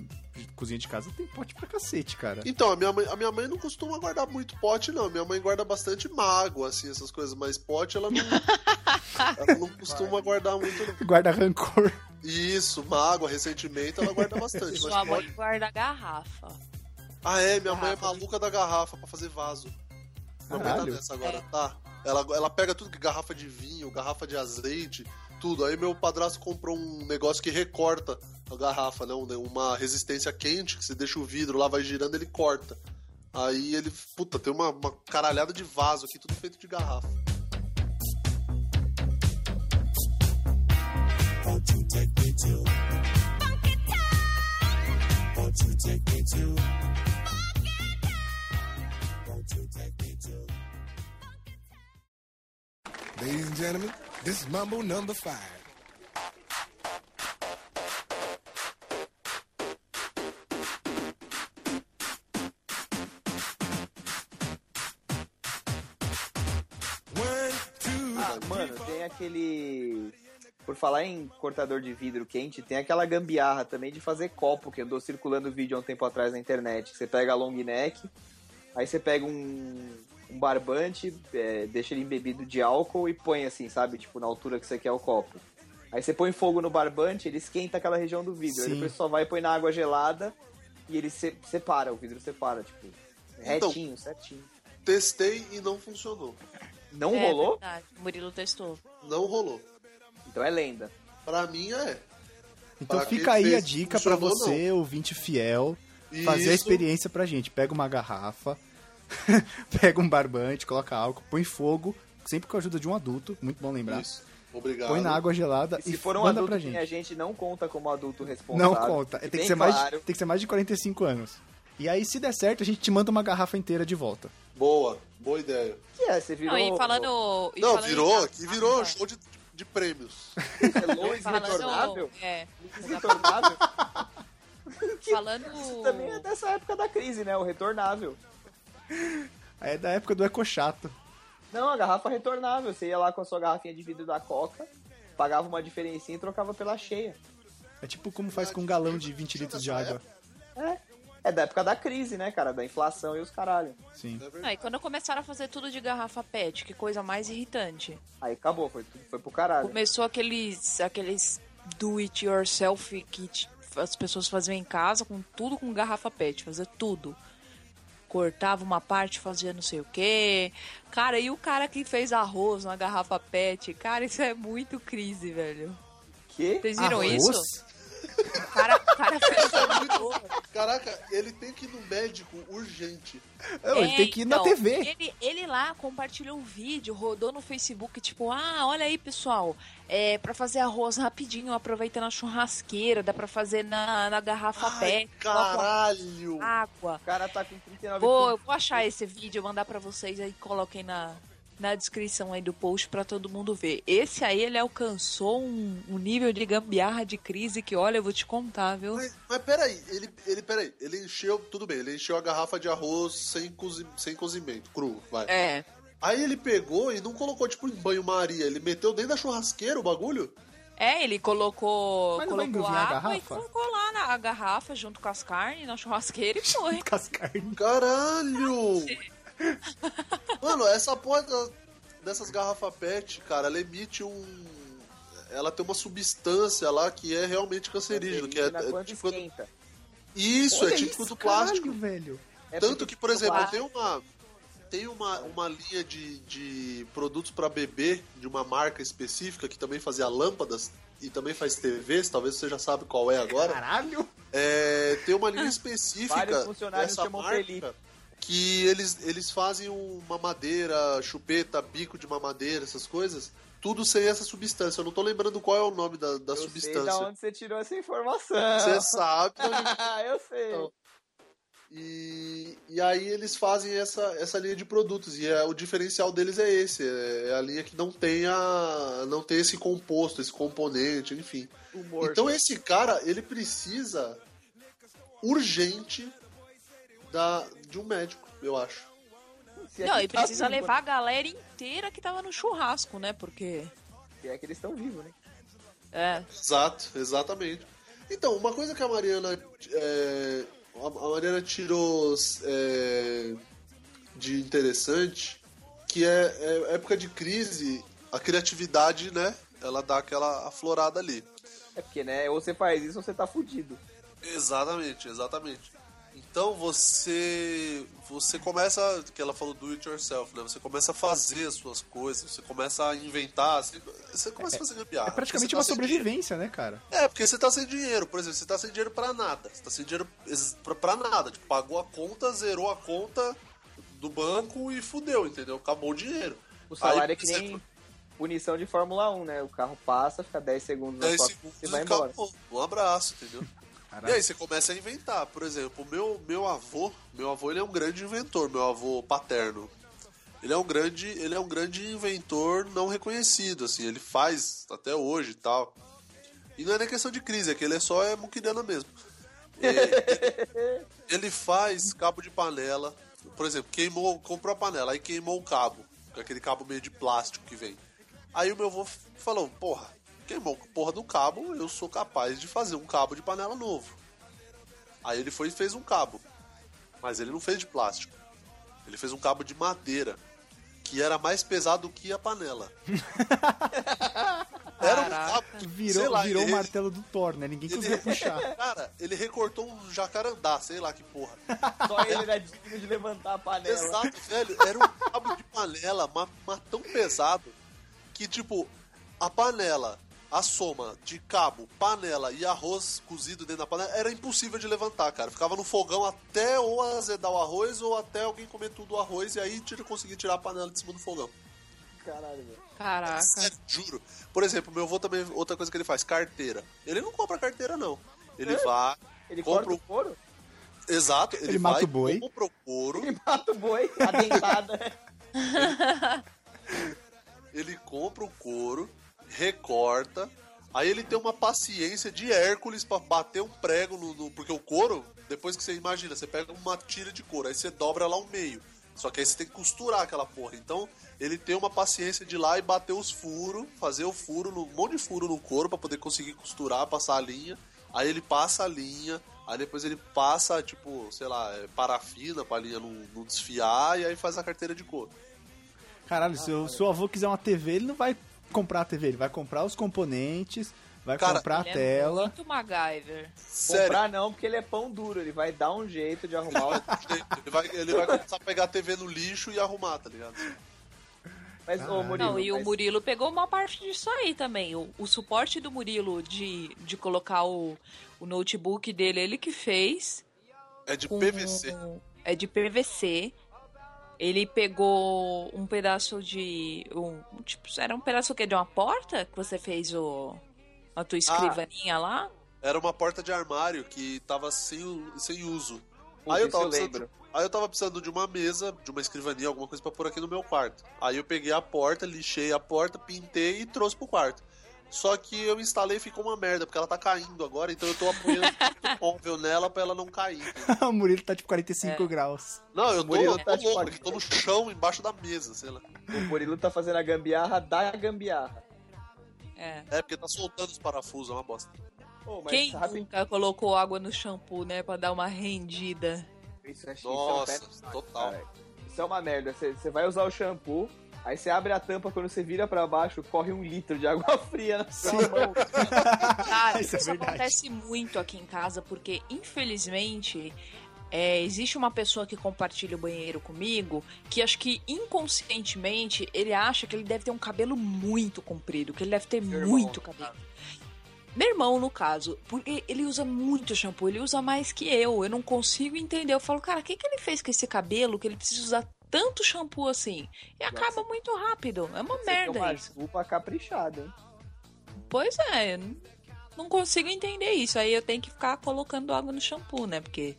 [SPEAKER 2] cozinha de casa tem pote pra cacete, cara.
[SPEAKER 1] Então, a minha mãe, a minha mãe não costuma guardar muito pote, não. Minha mãe guarda bastante mágoa, assim, essas coisas, mas pote ela não, ela não costuma guardar muito, não.
[SPEAKER 2] Guarda rancor.
[SPEAKER 1] Isso, mágoa, ressentimento, ela guarda bastante. mas
[SPEAKER 3] Sua
[SPEAKER 1] pote-
[SPEAKER 3] mãe guarda a garrafa.
[SPEAKER 1] Ah, é, minha mãe é
[SPEAKER 3] Garrafa.
[SPEAKER 1] maluca da garrafa pra fazer vaso. Minha mãe tá
[SPEAKER 2] Caralho.
[SPEAKER 1] nessa agora, tá? Ela, ela pega tudo que é garrafa de vinho, garrafa de azeite, tudo. Aí meu padrasto comprou um negócio que recorta a garrafa, né? Um- Uma resistência quente que você deixa o vidro lá, vai girando, ele corta. Aí ele, puta, tem uma, uma caralhada de vaso aqui, tudo feito de garrafa.
[SPEAKER 6] Ladies and gentlemen, this is Mambo number five. One, two,
[SPEAKER 4] Ah, mano, tem aquele. Por falar em cortador de vidro quente, tem aquela gambiarra também de fazer copo, que andou circulando o vídeo há um tempo atrás na internet. Você pega a long neck, aí você pega um, um barbante, é, deixa ele embebido de álcool e põe assim, sabe? Tipo, na altura que você quer o copo. Aí você põe fogo no barbante, ele esquenta aquela região do vidro. Aí
[SPEAKER 2] Sim.
[SPEAKER 4] depois você só vai e põe na água gelada e ele se- separa, o vidro separa, tipo,
[SPEAKER 1] Então-
[SPEAKER 4] retinho, certinho.
[SPEAKER 1] Testei e não funcionou.
[SPEAKER 4] Não
[SPEAKER 3] É
[SPEAKER 4] rolou?
[SPEAKER 3] verdade, o Murilo testou.
[SPEAKER 1] Não rolou.
[SPEAKER 4] Então é lenda.
[SPEAKER 1] Pra mim é.
[SPEAKER 2] Então
[SPEAKER 1] Pra quem
[SPEAKER 2] fica aí
[SPEAKER 1] fez,
[SPEAKER 2] a dica pra
[SPEAKER 1] funcionou,
[SPEAKER 2] você, ouvinte fiel,
[SPEAKER 1] Isso,
[SPEAKER 2] fazer a experiência pra gente. Pega uma garrafa, pega um barbante, coloca álcool, põe fogo, sempre com a ajuda de um adulto, muito bom lembrar.
[SPEAKER 1] Isso. Obrigado.
[SPEAKER 2] Põe na água gelada
[SPEAKER 4] E
[SPEAKER 2] e,
[SPEAKER 4] se for um
[SPEAKER 2] manda
[SPEAKER 4] adulto
[SPEAKER 2] pra
[SPEAKER 4] que nem a
[SPEAKER 2] gente.
[SPEAKER 4] gente, não conta como adulto responsável.
[SPEAKER 2] Não conta, tem
[SPEAKER 4] Bem
[SPEAKER 2] que, ser mais,
[SPEAKER 4] claro.
[SPEAKER 2] de- tem que ser mais de 45 anos. E aí, se der certo, a gente te manda uma garrafa inteira de volta.
[SPEAKER 1] Boa, boa ideia.
[SPEAKER 4] Que é, você virou...
[SPEAKER 3] Não, e falando. e
[SPEAKER 1] não,
[SPEAKER 3] falando em
[SPEAKER 1] virou,
[SPEAKER 3] garrafa, né?
[SPEAKER 1] aqui virou show de, de prêmios. É
[SPEAKER 4] Hello, intornável?
[SPEAKER 3] Falando. É,
[SPEAKER 4] Intornável?
[SPEAKER 3] falando.
[SPEAKER 4] Isso também é dessa época da crise, né? O retornável.
[SPEAKER 2] Aí é da época do ecochato.
[SPEAKER 4] Não, a garrafa retornável. Você ia lá com a sua garrafinha de vidro da Coca, pagava uma diferencinha e trocava pela cheia.
[SPEAKER 2] É tipo como faz com um galão de 20 litros de água.
[SPEAKER 4] É da época da crise, né, cara? Da inflação e os caralho.
[SPEAKER 2] Sim.
[SPEAKER 3] Não, e quando começaram a fazer tudo de garrafa PET, que coisa mais irritante.
[SPEAKER 4] Aí acabou, foi, foi pro caralho.
[SPEAKER 3] Começou aqueles, aqueles do it yourself que t- as pessoas faziam em casa, com tudo com garrafa PET, fazia tudo. Cortava uma parte, fazia não sei o quê. Cara, e o cara que fez arroz na garrafa PET? Cara, isso é muito crise, velho.
[SPEAKER 4] Que?
[SPEAKER 3] Vocês viram
[SPEAKER 2] Arroz?
[SPEAKER 3] isso? O cara, o cara fez arroz.
[SPEAKER 1] Caraca, ele tem que ir no médico urgente.
[SPEAKER 2] Não, ele
[SPEAKER 3] É,
[SPEAKER 2] tem que ir na
[SPEAKER 3] então,
[SPEAKER 2] TV.
[SPEAKER 3] Ele, ele lá compartilhou um vídeo, rodou no Facebook, tipo, ah, olha aí, pessoal, é para fazer arroz rapidinho, aproveitando a churrasqueira, dá pra fazer na, na garrafa
[SPEAKER 1] Ai,
[SPEAKER 3] pet, coloca
[SPEAKER 1] caralho!
[SPEAKER 3] Ah, água.
[SPEAKER 4] O cara tá com 39
[SPEAKER 3] Vou, eu vou achar esse vídeo, mandar pra vocês aí, coloquem na, na descrição aí do post pra todo mundo ver. Esse aí, ele alcançou um, um nível de gambiarra de crise que, olha, eu vou te contar, viu?
[SPEAKER 1] Mas, mas peraí, ele, ele, peraí, ele encheu, tudo bem, ele encheu a garrafa de arroz sem, cozi, sem cozimento, cru, vai.
[SPEAKER 3] É,
[SPEAKER 1] Aí ele pegou e não colocou, tipo, em banho-maria, ele meteu dentro da churrasqueira o bagulho?
[SPEAKER 3] É, ele colocou,
[SPEAKER 2] Mas não vai
[SPEAKER 3] colocou
[SPEAKER 2] engruvinhar a
[SPEAKER 3] água e
[SPEAKER 2] garrafa?
[SPEAKER 3] colocou lá na a garrafa junto com as carnes, na churrasqueira e foi.
[SPEAKER 2] Com as carnes.
[SPEAKER 1] Caralho! Mano, essa porra da- dessas garrafas pet, cara, ela emite um... Ela tem uma substância lá que é realmente cancerígena, que é, é
[SPEAKER 4] quanto
[SPEAKER 1] típico do-
[SPEAKER 4] esquenta.
[SPEAKER 1] Isso,
[SPEAKER 2] Olha
[SPEAKER 1] é típico
[SPEAKER 2] isso,
[SPEAKER 1] do plástico.
[SPEAKER 2] caralho, velho. Tipo
[SPEAKER 4] É
[SPEAKER 1] Tanto que, por exemplo,
[SPEAKER 3] plástico.
[SPEAKER 1] tem uma, tem uma, uma linha de, de produtos para bebê de uma marca específica que também fazia lâmpadas e também faz TVs, talvez você já sabe qual é agora.
[SPEAKER 2] Caralho.
[SPEAKER 1] É, tem uma linha específica
[SPEAKER 4] Vários funcionários
[SPEAKER 1] dessa
[SPEAKER 4] chamam
[SPEAKER 1] marca
[SPEAKER 4] Felipe.
[SPEAKER 1] que eles, eles fazem uma madeira, chupeta, bico de mamadeira, essas coisas, tudo sem essa substância. Eu não tô lembrando qual é o nome da, da
[SPEAKER 4] eu
[SPEAKER 1] substância.
[SPEAKER 4] sei da onde é. você tirou essa informação.
[SPEAKER 1] Você sabe. né?
[SPEAKER 4] eu sei.
[SPEAKER 1] Então, E, e aí eles fazem essa, essa linha de produtos. E é- o diferencial deles é esse. É a linha que não tem, a, não tem esse composto, esse componente, enfim.
[SPEAKER 4] Humor.
[SPEAKER 1] Então esse cara, ele precisa urgente da, de um médico, eu acho.
[SPEAKER 4] Se é
[SPEAKER 3] Não,
[SPEAKER 4] que
[SPEAKER 3] e
[SPEAKER 4] tá
[SPEAKER 3] precisa
[SPEAKER 4] vivo,
[SPEAKER 2] né?
[SPEAKER 3] levar a galera inteira que tava no churrasco, né? Porque.
[SPEAKER 4] né? Se é que eles estão vivos, né?
[SPEAKER 3] É.
[SPEAKER 1] Exato, exatamente. Então, uma coisa que a Mariana. é, a a Mariana tirou é, de interessante, que é, é época de crise, a criatividade, né? Ela dá aquela aflorada ali.
[SPEAKER 4] É porque, né? Ou você faz isso ou você tá fudido.
[SPEAKER 1] Exatamente, exatamente. Então você você começa, que ela falou do it yourself, né? Você começa a fazer as suas coisas, você começa a inventar, você, você começa a fazer gambiarra.
[SPEAKER 2] É praticamente
[SPEAKER 1] Você tá
[SPEAKER 2] uma
[SPEAKER 1] sem
[SPEAKER 2] sobrevivência, né, cara?
[SPEAKER 1] é, porque você tá sem dinheiro, por exemplo, você tá sem dinheiro pra nada. Você tá sem dinheiro ex- pra, pra nada. Tipo, pagou a conta, zerou a conta do banco e fudeu, entendeu? Acabou o dinheiro.
[SPEAKER 4] O salário
[SPEAKER 1] Aí,
[SPEAKER 4] é que
[SPEAKER 1] você-
[SPEAKER 4] nem punição de Fórmula 1, né? O carro passa, fica 10 segundos na
[SPEAKER 1] 10
[SPEAKER 4] sua
[SPEAKER 1] segundos
[SPEAKER 4] você
[SPEAKER 1] e
[SPEAKER 4] vai embora.
[SPEAKER 1] acabou. Um abraço, entendeu? E
[SPEAKER 2] Caralho.
[SPEAKER 1] aí você começa a inventar. Por exemplo, o meu, meu avô, meu avô ele é um grande inventor, meu avô paterno. Ele é um grande, ele é um grande inventor não reconhecido, assim, ele faz até hoje e tal. E não é nem questão de crise, é que ele é só é muquirana mesmo. É, ele faz cabo de panela, por exemplo, queimou, comprou a panela, aí queimou o cabo, com aquele cabo meio de plástico que vem. Aí o meu avô falou, porra, queimou a porra do cabo, eu sou capaz de fazer um cabo de panela novo. Aí ele foi e fez um cabo. Mas ele não fez de plástico. Ele fez um cabo de madeira. Que era mais pesado que a panela. era um cabo que, sei
[SPEAKER 2] Virou,
[SPEAKER 1] lá,
[SPEAKER 2] virou o
[SPEAKER 1] ele-
[SPEAKER 2] martelo do Thor, né? Ninguém conseguia puxar.
[SPEAKER 1] Cara, ele recortou um jacarandá, sei lá que porra.
[SPEAKER 4] Só ele era digno de levantar a panela.
[SPEAKER 1] Exato, velho. Era um cabo de panela, mas, mas tão pesado que, tipo, a panela, a soma de cabo, panela e arroz cozido dentro da panela era impossível de levantar, cara. Ficava no fogão até ou azedar o arroz ou até alguém comer tudo o arroz e aí tira, conseguir tirar a panela de cima do fogão.
[SPEAKER 4] Caralho, velho.
[SPEAKER 3] Caraca.
[SPEAKER 2] é
[SPEAKER 1] Sério, juro. Por exemplo, meu avô também, outra coisa que ele faz, carteira. Ele não compra carteira, não. Ele vai.
[SPEAKER 4] Ele
[SPEAKER 1] Compra
[SPEAKER 4] corta o couro?
[SPEAKER 1] Exato, ele,
[SPEAKER 2] Ele
[SPEAKER 1] vai,
[SPEAKER 2] mata o boi.
[SPEAKER 1] compra o couro,
[SPEAKER 4] Ele mata o boi, a dentada.
[SPEAKER 1] ele compra o couro, recorta, aí ele tem uma paciência de Hércules pra bater um prego no, no- Porque o couro, depois que você imagina, você pega uma tira de couro, aí você dobra lá o meio. Só que aí você tem que costurar aquela porra. Então, ele tem uma paciência de ir lá e bater os furos, fazer o furo, no- um monte de furo no couro pra poder conseguir costurar, passar a linha. Aí ele passa a linha, aí depois ele passa, tipo, sei lá, é, parafina pra linha não, não desfiar, e aí faz a carteira de couro.
[SPEAKER 2] Caralho, se o seu avô quiser uma TV, ele não vai comprar a TV, ele vai comprar os componentes, vai
[SPEAKER 1] Cara,
[SPEAKER 2] comprar a
[SPEAKER 3] Ele é
[SPEAKER 2] tela.
[SPEAKER 3] muito MacGyver.
[SPEAKER 1] Sério,
[SPEAKER 4] Comprar não, porque ele é pão duro. Ele vai dar um jeito de arrumar. o-
[SPEAKER 1] Ele vai, ele vai começar a pegar a TV no lixo e arrumar, tá ligado?
[SPEAKER 4] Mas, ô, Murilo,
[SPEAKER 3] Não, e o
[SPEAKER 4] mas-
[SPEAKER 3] Murilo pegou uma parte disso aí também. O, o suporte do Murilo de, de colocar o, o notebook dele, ele que fez.
[SPEAKER 1] É de
[SPEAKER 4] Uhum.
[SPEAKER 3] com-
[SPEAKER 1] PVC.
[SPEAKER 3] É de PVC. Ele pegou um pedaço de. Um, um tipo, era um pedaço o quê? De uma porta que você fez o. A tua escrivaninha lá?
[SPEAKER 1] Era uma porta de armário que tava sem, u- sem uso.
[SPEAKER 4] Puta,
[SPEAKER 1] aí, eu
[SPEAKER 4] isso
[SPEAKER 1] tava
[SPEAKER 4] eu
[SPEAKER 1] precisando,
[SPEAKER 4] lembro.
[SPEAKER 1] aí eu tava precisando de uma mesa, de uma escrivaninha, alguma coisa pra pôr aqui no meu quarto. Aí eu peguei a porta, lixei a porta, pintei e trouxe pro quarto. Só que eu instalei e ficou uma merda, porque ela tá caindo agora, então eu tô apoiando o móvel nela pra ela não cair.
[SPEAKER 2] o Murilo tá tipo 45
[SPEAKER 3] É.
[SPEAKER 2] graus.
[SPEAKER 1] Não, eu tô,
[SPEAKER 4] Murilo
[SPEAKER 1] eu
[SPEAKER 4] tá
[SPEAKER 1] tô
[SPEAKER 4] de
[SPEAKER 1] louco,
[SPEAKER 4] fora.
[SPEAKER 1] porque tô no chão, embaixo da mesa, sei lá.
[SPEAKER 4] O Murilo tá fazendo a gambiarra da gambiarra.
[SPEAKER 3] É.
[SPEAKER 1] É, porque tá soltando os parafusos, é uma bosta.
[SPEAKER 4] Ô, mas
[SPEAKER 3] Quem
[SPEAKER 4] rapidinho,
[SPEAKER 3] nunca colocou água no shampoo, né? Pra dar uma rendida.
[SPEAKER 4] Isso, é- isso é um
[SPEAKER 1] Nossa,
[SPEAKER 4] pé-
[SPEAKER 1] total.
[SPEAKER 4] Cara, Isso é uma merda. Você você vai usar o shampoo, aí você abre a tampa, quando você vira pra baixo, corre um litro de água fria na sua
[SPEAKER 3] é
[SPEAKER 4] mão.
[SPEAKER 3] Cara,
[SPEAKER 2] Isso
[SPEAKER 3] isso,
[SPEAKER 2] é verdade.
[SPEAKER 3] acontece muito aqui em casa, porque infelizmente é, existe uma pessoa que compartilha o banheiro comigo que acho que inconscientemente ele acha que ele deve ter um cabelo muito comprido, que ele deve ter
[SPEAKER 4] Meu irmão,
[SPEAKER 3] muito cabelo. Meu irmão, no caso, porque ele usa muito shampoo, ele usa mais que eu. Eu não consigo entender. Eu falo, cara, o que, que ele fez com esse cabelo que ele precisa usar tanto shampoo assim? E acaba muito rápido. É uma
[SPEAKER 4] Você tem
[SPEAKER 3] merda
[SPEAKER 4] uma
[SPEAKER 3] isso.
[SPEAKER 4] desculpa caprichada, hein?
[SPEAKER 3] Pois é, eu n- não consigo entender isso. Aí eu tenho que ficar colocando água no shampoo, né? Porque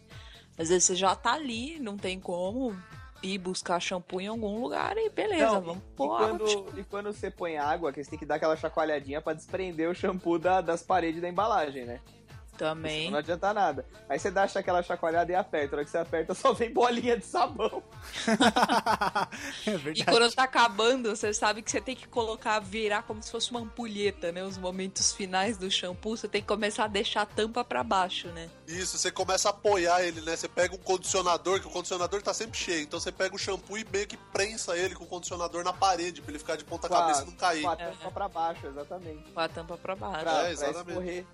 [SPEAKER 3] às vezes você já tá ali, não tem como ir buscar shampoo em algum lugar e beleza,
[SPEAKER 4] Não,
[SPEAKER 3] vamos
[SPEAKER 4] e,
[SPEAKER 3] pôr água no shampoo.
[SPEAKER 4] quando, e quando você põe água, que você tem que dar aquela chacoalhadinha pra desprender o shampoo da- das paredes da embalagem, né?
[SPEAKER 3] também.
[SPEAKER 4] Não adianta nada. Aí você dá aquela chacoalhada e aperta. Na hora que você aperta, só vem bolinha de sabão.
[SPEAKER 2] é
[SPEAKER 3] E
[SPEAKER 2] verdade.
[SPEAKER 3] quando tá acabando, você sabe que você tem que colocar, virar como se fosse uma ampulheta, né? Os momentos finais do shampoo, você tem que começar a deixar a tampa pra baixo, né?
[SPEAKER 1] Isso, você começa a apoiar ele, né? Você pega um condicionador, que o condicionador tá sempre cheio. Então você pega o shampoo e meio que prensa ele com o condicionador na parede, pra ele ficar de ponta cabeça e não cair.
[SPEAKER 4] Com a tampa pra baixo, exatamente.
[SPEAKER 3] Com a tampa pra baixo.
[SPEAKER 4] Pra, pra
[SPEAKER 1] É, exatamente.
[SPEAKER 4] escorrer.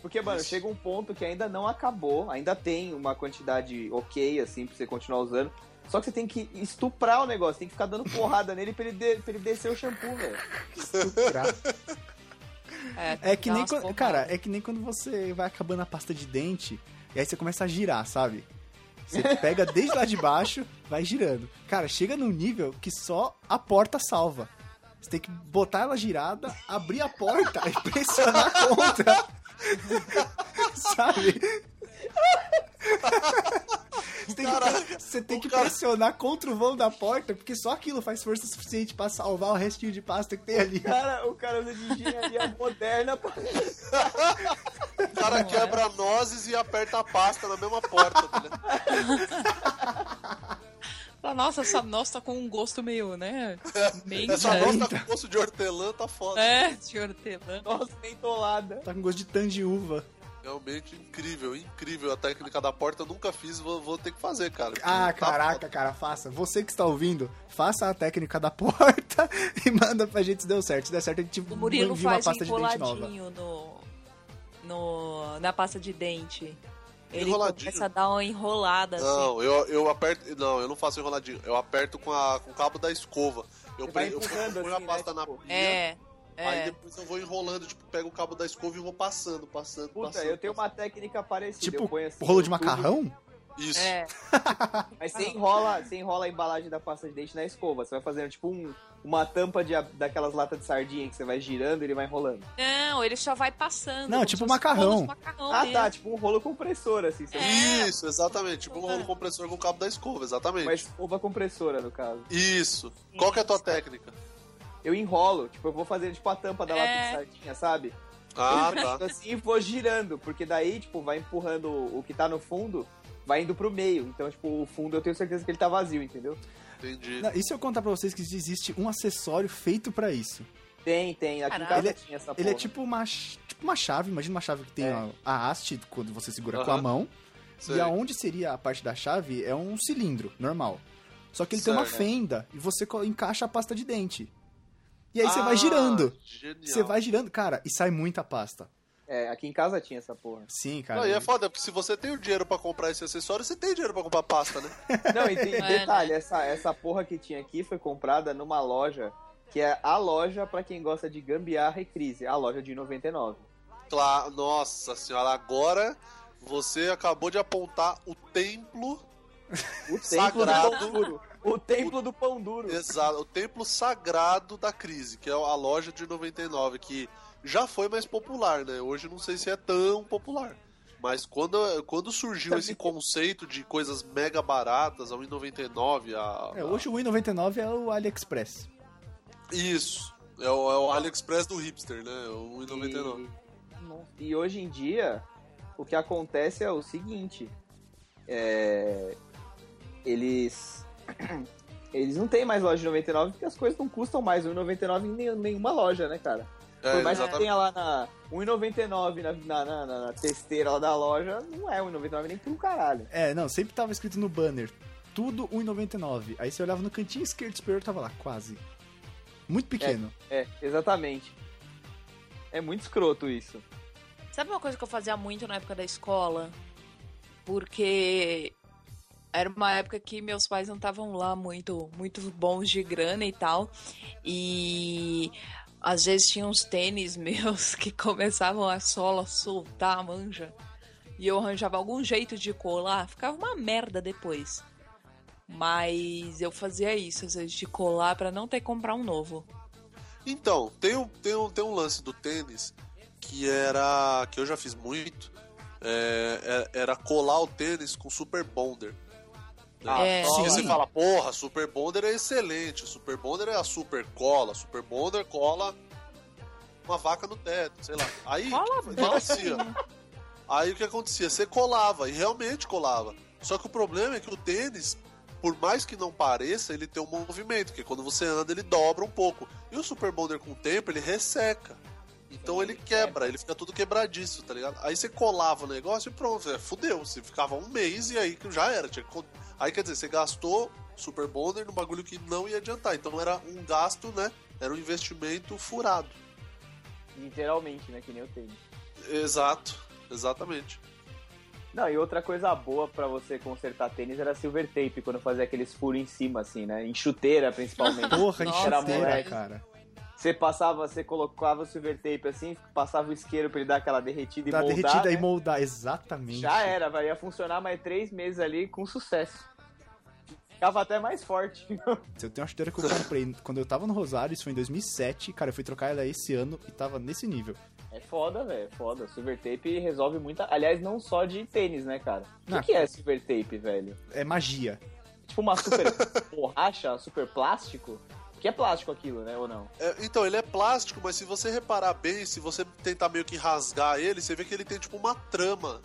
[SPEAKER 4] Porque, mano,
[SPEAKER 1] Isso.
[SPEAKER 4] chega um ponto que ainda não acabou. Ainda tem uma quantidade ok, assim, pra você continuar usando. Só que você tem que estuprar o negócio. Tem que ficar dando porrada nele pra ele, de- pra ele descer o shampoo, velho.
[SPEAKER 2] É que
[SPEAKER 3] dá
[SPEAKER 2] nem
[SPEAKER 3] umas
[SPEAKER 2] quando,
[SPEAKER 3] porradas.
[SPEAKER 2] cara, é que nem quando você vai acabando a pasta de dente e aí você começa a girar, sabe? Você pega desde lá de baixo, vai girando. Cara, chega num nível que só a porta salva. Você tem que botar ela girada, abrir a porta e pressionar a conta. sabe? Você tem que, você tem que pressionar contra o vão da porta, porque só aquilo faz força suficiente pra salvar o restinho de pasta que tem ali. Tá
[SPEAKER 4] Cara, o cara usa de engenharia moderna pra
[SPEAKER 1] O cara quebra nozes e aperta a pasta na mesma porta, tá ligado?
[SPEAKER 3] Fala, Nossa, essa noz tá com um gosto meio, né? Meio
[SPEAKER 1] Essa noz tá com gosto de hortelã, tá foda.
[SPEAKER 3] É, de hortelã.
[SPEAKER 4] nossa mentolada.
[SPEAKER 2] Tá com gosto de tan de uva.
[SPEAKER 1] Realmente incrível, incrível. A técnica da porta eu nunca fiz, vou, vou ter que fazer, cara.
[SPEAKER 2] Ah,
[SPEAKER 1] Tá
[SPEAKER 2] caraca, cara, faça. Você que está ouvindo, faça a técnica da porta e manda pra gente se deu certo. Se der certo, a gente
[SPEAKER 3] O Murilo
[SPEAKER 2] envia uma
[SPEAKER 3] faz
[SPEAKER 2] pasta de dente nova.
[SPEAKER 3] enroladinho no, no, na pasta de dente. Ele
[SPEAKER 1] Enroladinho?
[SPEAKER 3] começa a dar uma enrolada, assim.
[SPEAKER 1] Não, eu, eu aperto. Não, eu não faço enroladinho. Eu aperto com, a, com o cabo da escova. Eu,
[SPEAKER 4] Você vai
[SPEAKER 1] pre- eu
[SPEAKER 4] empurrando
[SPEAKER 1] ponho
[SPEAKER 4] assim,
[SPEAKER 1] a pasta
[SPEAKER 4] né,
[SPEAKER 1] na
[SPEAKER 4] tipo,
[SPEAKER 1] pia,
[SPEAKER 3] É,
[SPEAKER 1] aí
[SPEAKER 3] é.
[SPEAKER 1] depois eu vou enrolando, tipo, pego o cabo da escova e vou passando, passando,
[SPEAKER 4] Puta,
[SPEAKER 1] passando.
[SPEAKER 4] eu tenho uma técnica parecida.
[SPEAKER 2] Tipo,
[SPEAKER 4] eu ponho assim,
[SPEAKER 2] Rolo de
[SPEAKER 4] no tubo,
[SPEAKER 2] macarrão?
[SPEAKER 1] Isso.
[SPEAKER 3] É,
[SPEAKER 4] Mas você enrola, você enrola a embalagem da pasta de dente na escova. Você vai fazendo tipo um- uma tampa de, a- daquelas latas de sardinha que você vai girando e ele vai enrolando.
[SPEAKER 3] não, ele só vai passando.
[SPEAKER 2] Não,
[SPEAKER 3] como
[SPEAKER 2] tipo
[SPEAKER 3] se fosse
[SPEAKER 2] macarrão.
[SPEAKER 3] rolos de macarrão
[SPEAKER 4] ah,
[SPEAKER 3] mesmo.
[SPEAKER 4] tá. Tipo um rolo compressor, assim. Você
[SPEAKER 3] É.
[SPEAKER 1] Isso, exatamente. Tipo um rolo compressor com o cabo da escova, exatamente.
[SPEAKER 4] Uma escova compressora, no caso.
[SPEAKER 1] Isso. Qual que é a tua técnica?
[SPEAKER 4] Eu enrolo, tipo, eu vou fazendo tipo a tampa da
[SPEAKER 3] É.
[SPEAKER 4] lata de sardinha, sabe?
[SPEAKER 1] Ah, tá.
[SPEAKER 4] Assim, e vou girando, porque daí, tipo, vai empurrando o que tá no fundo, vai indo pro meio. Então, tipo, o fundo eu tenho certeza que ele tá vazio, entendeu?
[SPEAKER 1] Entendi.
[SPEAKER 2] Não, e se eu contar pra vocês que existe um acessório feito pra isso?
[SPEAKER 4] Tem, tem. Aqui em
[SPEAKER 3] Caraca.
[SPEAKER 4] casa
[SPEAKER 2] Ele é-
[SPEAKER 4] tinha essa
[SPEAKER 2] Ele é
[SPEAKER 4] porra.
[SPEAKER 2] tipo uma, ch- tipo uma chave, imagina uma chave que tem
[SPEAKER 4] É.
[SPEAKER 2] a, a haste, quando você segura com a
[SPEAKER 1] Aham.
[SPEAKER 2] mão.
[SPEAKER 1] Sei.
[SPEAKER 2] E aonde seria a parte da chave é um cilindro, normal. Só que ele tem uma
[SPEAKER 1] Certo.
[SPEAKER 2] fenda e você co- encaixa a pasta de dente. E aí você vai
[SPEAKER 1] Ah,
[SPEAKER 2] girando.
[SPEAKER 1] Genial.
[SPEAKER 2] Você vai girando, cara, e sai muita pasta.
[SPEAKER 4] É, aqui em casa tinha essa porra.
[SPEAKER 2] Sim, cara.
[SPEAKER 1] Não, e é foda, porque se você tem o dinheiro pra comprar esse acessório, você tem dinheiro pra comprar pasta, né?
[SPEAKER 4] Não, e tem
[SPEAKER 3] É,
[SPEAKER 4] detalhe, essa, essa porra que tinha aqui foi comprada numa loja que é a loja pra quem gosta de gambiarra e crise, a loja de 99.
[SPEAKER 1] Claro, nossa senhora, agora você acabou de apontar o templo,
[SPEAKER 4] O templo
[SPEAKER 1] Sagrado.
[SPEAKER 4] do pão duro. O templo do pão duro.
[SPEAKER 2] É,
[SPEAKER 1] exato, o templo sagrado da crise, que é a loja de 99, que já foi mais popular, né? Hoje não sei se é tão popular. Mas quando, quando surgiu esse conceito de coisas mega baratas, a 1,99, a,
[SPEAKER 2] É, hoje o Win99 é o AliExpress.
[SPEAKER 1] a- Isso. É o, é o AliExpress do hipster, né? O 1,99.
[SPEAKER 4] E, e hoje em dia, o que acontece é o seguinte: é, eles. Eles não têm mais loja de 99 porque as coisas não custam mais 1,99 em nenhum- nenhuma loja, né, cara?
[SPEAKER 1] É,
[SPEAKER 4] Por mais que
[SPEAKER 1] exatamente.
[SPEAKER 4] tenha lá na 1,99 na, na, na, na- na testeira lá da loja, não é 1,99 nem pelo caralho.
[SPEAKER 2] É, não, sempre tava escrito no banner, tudo 1,99. Aí você olhava no cantinho esquerdo superior, tava lá, quase. Muito pequeno.
[SPEAKER 4] É, exatamente. É muito escroto isso.
[SPEAKER 3] Sabe uma coisa que eu fazia muito na época da escola? Porque era uma época que meus pais não estavam lá muito, muito bons de grana e tal. E Às vezes tinha uns tênis meus que começavam a sola soltar a manja. E eu arranjava algum jeito de colar, ficava uma merda depois. Mas eu fazia isso, às vezes, de colar pra não ter que comprar um novo.
[SPEAKER 1] Então, tem um, tem, um, tem um lance do tênis que era. que eu já fiz muito. é, é- era colar o tênis com Super Bonder.
[SPEAKER 4] Ah,
[SPEAKER 3] É.
[SPEAKER 1] Sim,
[SPEAKER 4] sim.
[SPEAKER 1] você fala, porra, Super Bonder é excelente. Super Bonder é a super cola. Super Bonder cola uma vaca no teto, sei lá. Aí assim,
[SPEAKER 3] Cola
[SPEAKER 1] o que
[SPEAKER 3] assim,
[SPEAKER 1] acontecia? Aí o que acontecia? Você colava, e realmente colava. Só que o problema é que o tênis, por mais que não pareça, ele tem um movimento, que quando você anda ele dobra um pouco. E o Super Bonder com o tempo, ele resseca. Então
[SPEAKER 4] Sim,
[SPEAKER 1] ele quebra, ele fica tudo quebradiço, tá ligado? Aí você colava o negócio e pronto, é, fudeu. Você ficava um mês e aí que já era. Tinha que co- Aí quer dizer, você gastou Super Bonder num bagulho que não ia adiantar. Então era um gasto, né? Era um investimento furado.
[SPEAKER 4] Literalmente, né? Que nem eu tenho.
[SPEAKER 1] Exato, exatamente.
[SPEAKER 4] Não, e outra coisa boa pra você consertar tênis era silver tape, quando fazia aqueles furos em cima, assim, né? Em chuteira, principalmente.
[SPEAKER 2] Porra,
[SPEAKER 3] Nossa,
[SPEAKER 2] enxadeira,
[SPEAKER 4] É. moleque.
[SPEAKER 2] cara.
[SPEAKER 4] Você passava, você colocava o silver tape assim, passava o isqueiro pra ele dar aquela derretida
[SPEAKER 2] Da
[SPEAKER 4] e moldar.
[SPEAKER 2] Tá derretida
[SPEAKER 4] né?
[SPEAKER 2] e moldar, exatamente.
[SPEAKER 4] Já é. era, vai. Ia funcionar mais três meses ali com sucesso. Ficava até mais forte.
[SPEAKER 2] Eu tenho uma chuteira que eu comprei quando eu tava no Rosário, isso foi em 2007. Cara, eu fui trocar ela esse ano e tava nesse nível.
[SPEAKER 4] É foda, velho. É foda. Silver tape resolve muita. Aliás, não só de tênis, né, cara? O
[SPEAKER 2] Ah.
[SPEAKER 4] que, que é silver tape, velho?
[SPEAKER 2] É magia.
[SPEAKER 4] Tipo uma super borracha, super plástico? Que é plástico aquilo, né? Ou não?
[SPEAKER 1] É, então, ele é plástico, mas se você reparar bem, se você tentar meio que rasgar ele, você vê que ele tem tipo uma trama.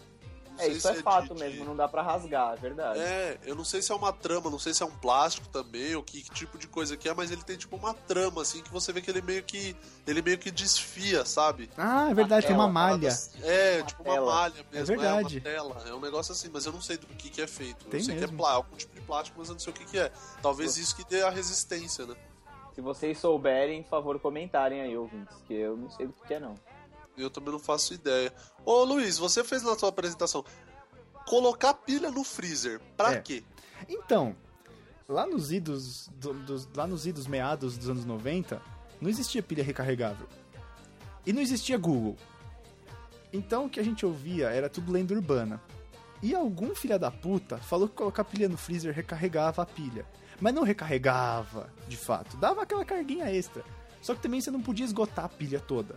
[SPEAKER 1] Não
[SPEAKER 4] É,
[SPEAKER 1] sei
[SPEAKER 4] isso
[SPEAKER 1] se
[SPEAKER 4] é
[SPEAKER 1] de-
[SPEAKER 4] fato
[SPEAKER 1] de-
[SPEAKER 4] mesmo, não dá pra rasgar, é verdade.
[SPEAKER 1] É, eu não sei se é uma trama, não sei se é um plástico também, ou que, que tipo de coisa que é, mas ele tem tipo uma trama, assim, que você vê que ele meio que. ele meio que desfia, sabe?
[SPEAKER 2] Ah, é verdade, tem uma
[SPEAKER 4] tela,
[SPEAKER 2] malha.
[SPEAKER 1] Parada- É,
[SPEAKER 4] Uma
[SPEAKER 1] tipo
[SPEAKER 4] tela.
[SPEAKER 1] uma malha mesmo, é,
[SPEAKER 2] verdade.
[SPEAKER 1] uma tela. É um negócio assim, mas eu não sei do que, que é feito.
[SPEAKER 2] Tem
[SPEAKER 1] eu sei que
[SPEAKER 2] mesmo.
[SPEAKER 1] é plá- algum tipo de plástico, mas eu não sei o que, que é. Talvez isso que dê a resistência, né?
[SPEAKER 4] Se vocês souberem, por favor, comentarem aí, ouvintes, que eu não sei do que é, não.
[SPEAKER 1] Eu também não faço ideia. Ô Luiz, você fez na sua apresentação. Colocar pilha no freezer, pra
[SPEAKER 2] É.
[SPEAKER 1] quê?
[SPEAKER 2] Então, lá nos idos, do- dos- lá nos idos meados dos anos 90, não existia pilha recarregável. E não existia Google. Então o que a gente ouvia era tudo lenda urbana. E algum filha da puta falou que colocar pilha no freezer recarregava a pilha. Mas não recarregava, de fato. Dava aquela carguinha extra. Só que também você não podia esgotar a pilha toda.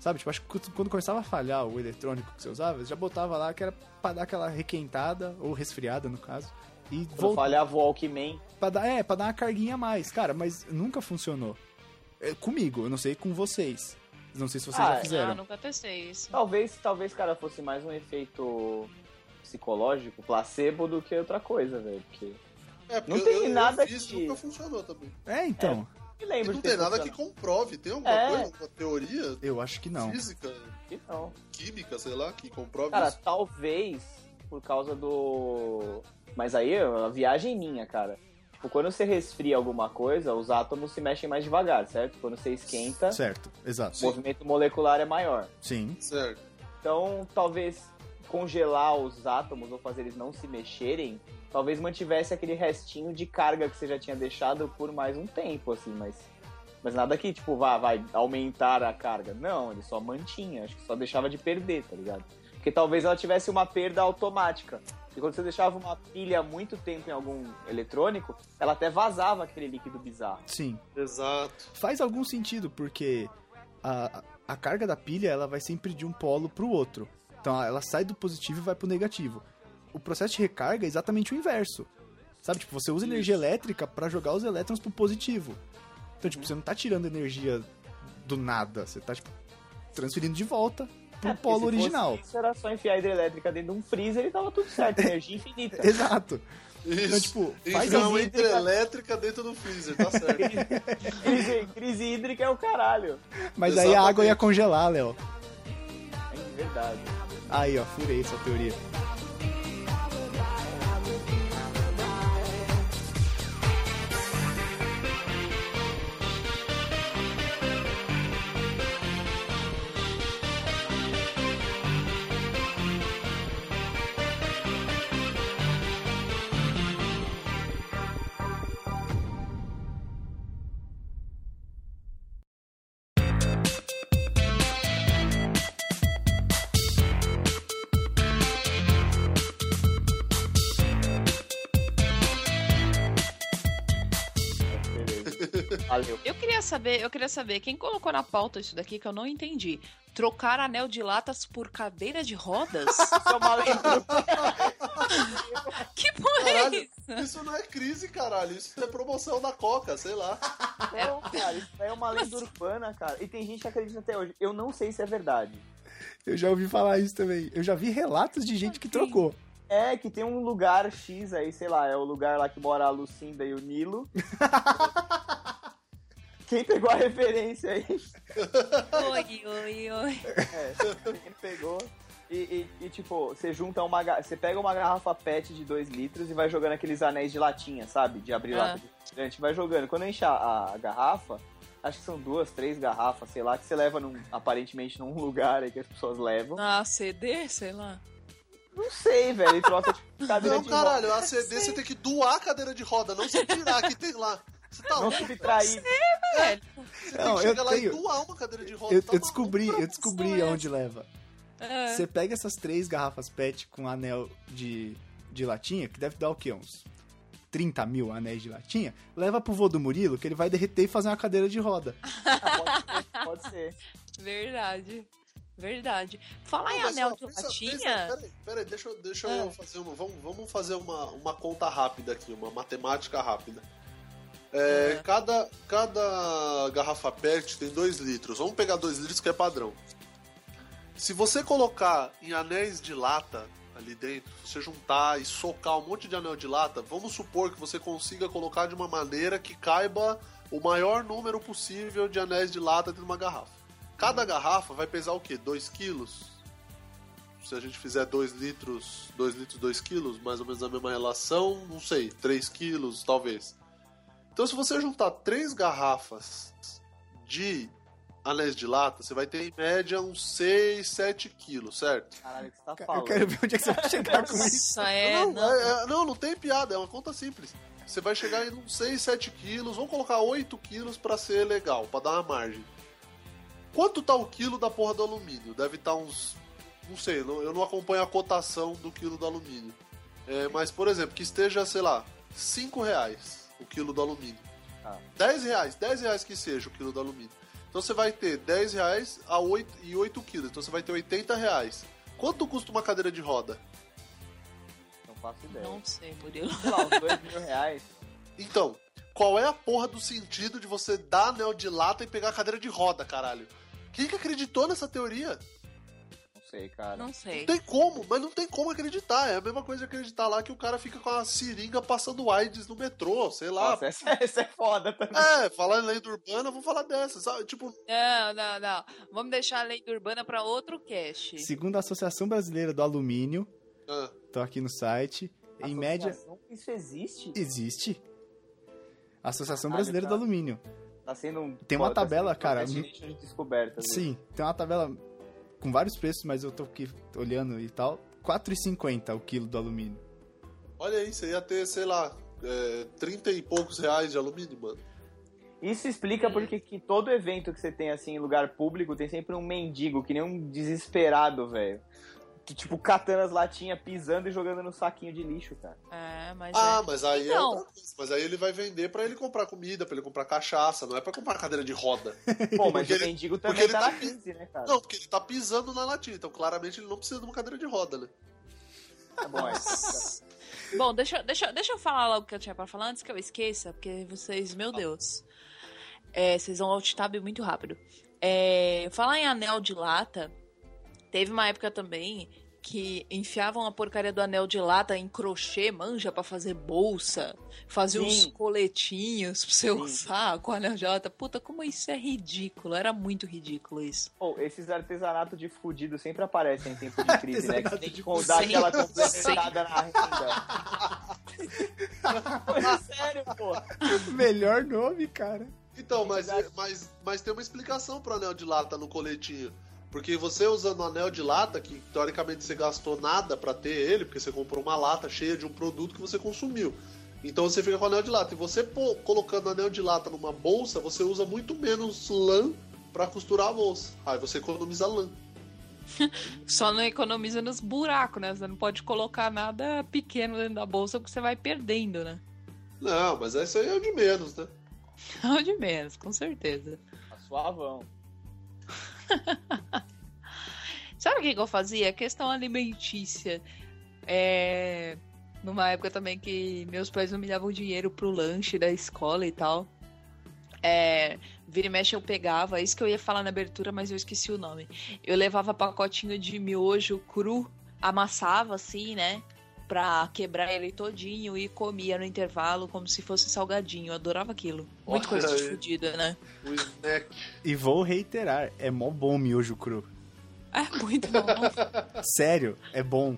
[SPEAKER 2] Sabe? Tipo, acho que quando começava a falhar o eletrônico que você usava, você já botava lá que era pra dar aquela requentada, ou resfriada no caso. E
[SPEAKER 4] Quando
[SPEAKER 2] voltava.
[SPEAKER 4] falhava o Walkman,
[SPEAKER 2] Pra dar, é, pra dar uma carguinha a mais, cara, mas nunca funcionou. É, comigo, eu não sei com vocês. Não sei se vocês
[SPEAKER 4] Ah,
[SPEAKER 2] já
[SPEAKER 4] é.
[SPEAKER 2] fizeram.
[SPEAKER 3] Não, nunca testei isso.
[SPEAKER 4] talvez, talvez, cara, fosse mais um efeito psicológico, placebo, do que outra coisa, velho. Porque...
[SPEAKER 1] É, porque
[SPEAKER 4] Não tem nada
[SPEAKER 1] fiz,
[SPEAKER 4] que-
[SPEAKER 1] nunca funcionou também.
[SPEAKER 2] É, então.
[SPEAKER 4] Me lembro
[SPEAKER 1] E não
[SPEAKER 4] de ter
[SPEAKER 1] tem nada que
[SPEAKER 4] funcionado.
[SPEAKER 1] comprove. Tem alguma
[SPEAKER 4] É.
[SPEAKER 1] coisa, alguma teoria
[SPEAKER 2] Eu acho que não.
[SPEAKER 1] física,
[SPEAKER 4] Que não.
[SPEAKER 1] química, sei lá, que comprove
[SPEAKER 4] Cara,
[SPEAKER 1] isso?
[SPEAKER 4] talvez por causa do. Mas aí é uma viagem minha, cara. Tipo, quando você resfria alguma coisa, os átomos se mexem mais devagar, certo? Quando você esquenta,
[SPEAKER 2] Certo, exato.
[SPEAKER 4] o movimento molecular é maior.
[SPEAKER 2] Sim.
[SPEAKER 1] Certo.
[SPEAKER 4] Então, talvez congelar os átomos ou fazer eles não se mexerem, talvez mantivesse aquele restinho de carga que você já tinha deixado por mais um tempo, assim, mas. Mas nada que, tipo, vá, vai aumentar a carga. Não, ele só mantinha, acho que só deixava de perder, tá ligado? Porque talvez ela tivesse uma perda automática. Porque quando você deixava uma pilha muito tempo em algum eletrônico, ela até vazava aquele líquido bizarro.
[SPEAKER 2] Sim.
[SPEAKER 1] Exato.
[SPEAKER 2] Faz algum sentido, porque a, a carga da pilha ela vai sempre de um polo pro outro. Então ela sai do positivo e vai pro negativo. O processo de recarga é exatamente o inverso. Sabe, tipo, você usa energia elétrica pra jogar os elétrons pro positivo. Então,
[SPEAKER 4] Uhum.
[SPEAKER 2] tipo, você não tá tirando energia do nada, você tá tipo, transferindo de volta pro
[SPEAKER 4] É, porque se
[SPEAKER 2] polo
[SPEAKER 4] fosse
[SPEAKER 2] original.
[SPEAKER 4] Isso era só enfiar a hidrelétrica dentro de um freezer e tava tudo certo, energia infinita.
[SPEAKER 2] Exato. Então,
[SPEAKER 1] Isso.
[SPEAKER 2] tipo,
[SPEAKER 1] Então,
[SPEAKER 2] faz
[SPEAKER 1] Enfiar uma
[SPEAKER 2] algum...
[SPEAKER 4] hidrelétrica-
[SPEAKER 1] hidrelétrica dentro do freezer, tá certo.
[SPEAKER 4] crise, crise hídrica é o caralho.
[SPEAKER 2] mas aí a água
[SPEAKER 1] Exatamente.
[SPEAKER 2] ia congelar, Léo.
[SPEAKER 4] É verdade.
[SPEAKER 2] Aí, ó, furei essa teoria.
[SPEAKER 4] Valeu.
[SPEAKER 3] Eu queria saber, eu queria saber, quem colocou na pauta isso daqui que eu não entendi? Trocar anel de latas por cadeira de rodas?
[SPEAKER 4] Isso é uma lenda.
[SPEAKER 3] que porra
[SPEAKER 1] Caralho.
[SPEAKER 3] é isso?
[SPEAKER 1] Isso não é crise, caralho. Isso é promoção da Coca, sei lá.
[SPEAKER 4] Não, cara, isso é uma lenda urbana, cara. E tem gente que acredita até hoje. Eu não sei se é verdade.
[SPEAKER 2] Eu já ouvi falar isso também. Eu já vi relatos de gente que trocou.
[SPEAKER 4] É que tem um lugar X aí, sei lá, é o lugar lá que mora a Lucinda e o Nilo. Quem pegou a referência aí?
[SPEAKER 3] Oi, oi, oi.
[SPEAKER 4] É, quem pegou. E, e- e, tipo, você junta uma. ga- Você pega uma garrafa PET de 2 litros e vai jogando aqueles anéis de latinha, sabe? De abrir
[SPEAKER 3] Ah.
[SPEAKER 4] lata de refrigerante, vai jogando. Quando enche a, a garrafa, acho que são duas, três garrafas, sei lá, que você leva num, aparentemente num lugar aí que as pessoas levam.
[SPEAKER 3] Na CD, sei lá.
[SPEAKER 4] Não sei, velho. E troca tipo, cadeira
[SPEAKER 1] Não,
[SPEAKER 4] de roda.
[SPEAKER 1] caralho, a CD você tem que doar a cadeira de roda, não se tirar que tem lá. Você tá
[SPEAKER 4] Não
[SPEAKER 1] louco?
[SPEAKER 4] subtrair.
[SPEAKER 1] É.
[SPEAKER 3] Velho,
[SPEAKER 1] Você tem
[SPEAKER 2] Não,
[SPEAKER 1] que
[SPEAKER 2] eu
[SPEAKER 1] chegar lá e
[SPEAKER 2] tenho-
[SPEAKER 1] doar uma cadeira de roda.
[SPEAKER 2] Eu,
[SPEAKER 1] tá
[SPEAKER 2] eu
[SPEAKER 1] maluco?
[SPEAKER 2] descobri, eu descobri
[SPEAKER 3] é essa?
[SPEAKER 2] aonde leva.
[SPEAKER 3] é,
[SPEAKER 2] Você pega essas três garrafas PET com anel de, de latinha, que deve dar o quê? Uns 30 mil anéis de latinha, leva pro vô do Murilo, que ele vai derreter e fazer uma cadeira de roda.
[SPEAKER 4] Ah, Pode ser, pode ser.
[SPEAKER 3] verdade. Verdade. Falar em
[SPEAKER 1] Não, mas,
[SPEAKER 3] anel
[SPEAKER 1] ó,
[SPEAKER 3] de
[SPEAKER 1] pensa-
[SPEAKER 3] latinha.
[SPEAKER 1] pensa- Peraí, peraí, deixa, eu- deixa
[SPEAKER 3] Ah.
[SPEAKER 1] eu fazer uma. Vamos, vamos fazer uma, uma conta rápida aqui, uma matemática rápida. É,
[SPEAKER 3] Ah.
[SPEAKER 1] cada, cada garrafa PET tem 2 litros. Vamos pegar 2 litros que é padrão. Se você colocar em anéis de lata ali dentro, você juntar e socar um monte de anel de lata, vamos supor que você consiga colocar de uma maneira que caiba o maior número possível de anéis de lata dentro de uma garrafa. Cada
[SPEAKER 3] Uhum.
[SPEAKER 1] garrafa vai pesar o quê? 2 quilos? Se a gente fizer 2 litros, 2 litros, 2 quilos, mais ou menos a mesma relação, não sei, 3 quilos, talvez. Então, se você juntar três garrafas de anéis de lata, você vai ter em média uns 6, 7 quilos, certo?
[SPEAKER 4] Caralho, o que você tá
[SPEAKER 2] Eu
[SPEAKER 4] falando?
[SPEAKER 2] quero ver onde é que você vai chegar com isso.
[SPEAKER 3] Nossa, é.
[SPEAKER 1] não,
[SPEAKER 3] Não,
[SPEAKER 1] é- é- não, não tem piada, é uma conta simples. Você vai chegar em uns 6, 7 quilos, vamos colocar 8 quilos pra ser legal, pra dar uma margem. Quanto tá o quilo da porra do alumínio? Deve estar uns. Não sei, não- eu não acompanho a cotação do quilo do alumínio. É, mas, por exemplo, que esteja, sei lá, 5 reais o quilo do alumínio.
[SPEAKER 4] Ah.
[SPEAKER 1] 10 reais, 10 reais que seja o quilo do alumínio. Então você vai ter 10 reais a 8, e 8 quilos, então você vai ter 80 reais. Quanto custa uma cadeira de roda?
[SPEAKER 4] Não faço
[SPEAKER 1] é.
[SPEAKER 4] ideia.
[SPEAKER 3] não sei, Murilo.
[SPEAKER 4] Sei lá, uns dois mil reais.
[SPEAKER 1] Então, qual é a porra do sentido de você dar anel de lata e pegar a cadeira de roda, caralho? Quem que acreditou nessa teoria?
[SPEAKER 4] Não sei, cara.
[SPEAKER 3] Não
[SPEAKER 1] Não
[SPEAKER 3] sei.
[SPEAKER 1] tem como, mas não tem como acreditar. É a mesma coisa de acreditar lá que o cara fica com a seringa passando AIDS no metrô, sei lá.
[SPEAKER 4] Nossa, essa, essa é foda também.
[SPEAKER 1] É, falar em lenda urbana, vou falar dessa, sabe? Tipo,
[SPEAKER 3] Não, não, não. Vamos deixar a lenda urbana pra outro cast.
[SPEAKER 2] Segundo a Associação Brasileira do Alumínio,
[SPEAKER 1] ah,
[SPEAKER 2] tô aqui no site, em média
[SPEAKER 4] Associação, Isso existe?
[SPEAKER 2] existe. Associação
[SPEAKER 4] Caralho,
[SPEAKER 2] Brasileira do
[SPEAKER 4] cara.
[SPEAKER 2] Alumínio.
[SPEAKER 4] Tá sendo um.
[SPEAKER 2] Tem uma
[SPEAKER 4] tá sendo
[SPEAKER 2] tabela,
[SPEAKER 4] um
[SPEAKER 2] cara.
[SPEAKER 4] destination de descoberta. viu?
[SPEAKER 2] Sim, tem uma tabela com vários preços, mas eu tô aqui olhando e tal. 4,50 o quilo do alumínio.
[SPEAKER 1] olha aí, você ia ter, sei lá, é, 30 e poucos reais de alumínio, mano.
[SPEAKER 4] Isso explica porque que todo evento que você tem, assim, em lugar público, tem sempre um mendigo, que nem um desesperado, velho. Que, Tipo, catando as latinhas, pisando e jogando no saquinho de lixo, cara.
[SPEAKER 3] É, mas
[SPEAKER 1] Ah,
[SPEAKER 3] é.
[SPEAKER 1] mas aí é
[SPEAKER 3] Então.
[SPEAKER 1] outra coisa. Mas aí ele vai vender pra ele comprar comida, pra ele comprar cachaça, não é pra comprar cadeira de roda.
[SPEAKER 4] Bom, mas
[SPEAKER 1] Porque
[SPEAKER 4] o
[SPEAKER 1] ele-
[SPEAKER 4] mendigo
[SPEAKER 1] porque
[SPEAKER 4] também
[SPEAKER 1] ele
[SPEAKER 4] tá
[SPEAKER 1] tá
[SPEAKER 4] na crise, né, cara?
[SPEAKER 1] Não, porque ele tá pisando na latinha, então claramente ele não precisa de uma cadeira de roda, né?
[SPEAKER 4] Tá bom, é.
[SPEAKER 3] Bom, deixa, deixa, deixa eu falar logo o que eu tinha pra falar antes que eu esqueça, porque vocês, meu Deus. É, vocês vão alt tab muito rápido. É, falar em anel de lata, teve uma época também que enfiavam a porcaria do anel de lata em crochê, manja, pra fazer bolsa, fazer
[SPEAKER 4] Sim.
[SPEAKER 3] uns coletinhos pra você
[SPEAKER 4] Sim.
[SPEAKER 3] usar com anel de lata. Puta, como isso é ridículo. Era muito ridículo isso.
[SPEAKER 4] Pô, esses artesanatos de fudido sempre aparecem em tempo de crise, né? Que você tem que com- dar
[SPEAKER 3] Sim.
[SPEAKER 4] aquela complementada na renda. Mas é sério, pô.
[SPEAKER 2] Melhor nome, cara.
[SPEAKER 1] Então, mas,
[SPEAKER 4] Verdade.
[SPEAKER 1] mas, mas tem uma explicação pro anel de lata no coletinho. Porque você usando o anel de lata, que teoricamente você gastou nada pra ter ele, porque você comprou uma lata cheia de um produto que você consumiu. Então você fica com o anel de lata. E você pô- colocando o anel de lata numa bolsa, você usa muito menos lã pra costurar a bolsa. Aí você economiza lã.
[SPEAKER 4] Hum.
[SPEAKER 3] Só não economiza nos buracos, né? Você não pode colocar nada pequeno dentro da bolsa porque você vai perdendo, né?
[SPEAKER 1] Não, mas isso aí é o de menos, né?
[SPEAKER 3] Não de menos, com certeza.
[SPEAKER 4] Tá Suavão.
[SPEAKER 3] Sabe o que, que eu fazia? Questão alimentícia. É, Numa época também que meus pais não me davam dinheiro pro lanche da escola e tal. É, vira e mexe eu pegava, É isso que eu ia falar na abertura, mas eu esqueci o nome. Eu levava pacotinho de miojo cru, amassava assim, né? Pra quebrar ele todinho e comia no intervalo como se fosse salgadinho. Eu adorava aquilo. Muito
[SPEAKER 1] Olha
[SPEAKER 3] coisa de
[SPEAKER 1] aí.
[SPEAKER 3] fudida, né?
[SPEAKER 1] O snack.
[SPEAKER 2] E vou reiterar, é mó bom o miojo cru.
[SPEAKER 3] É muito bom.
[SPEAKER 2] Sério, é bom.
[SPEAKER 4] O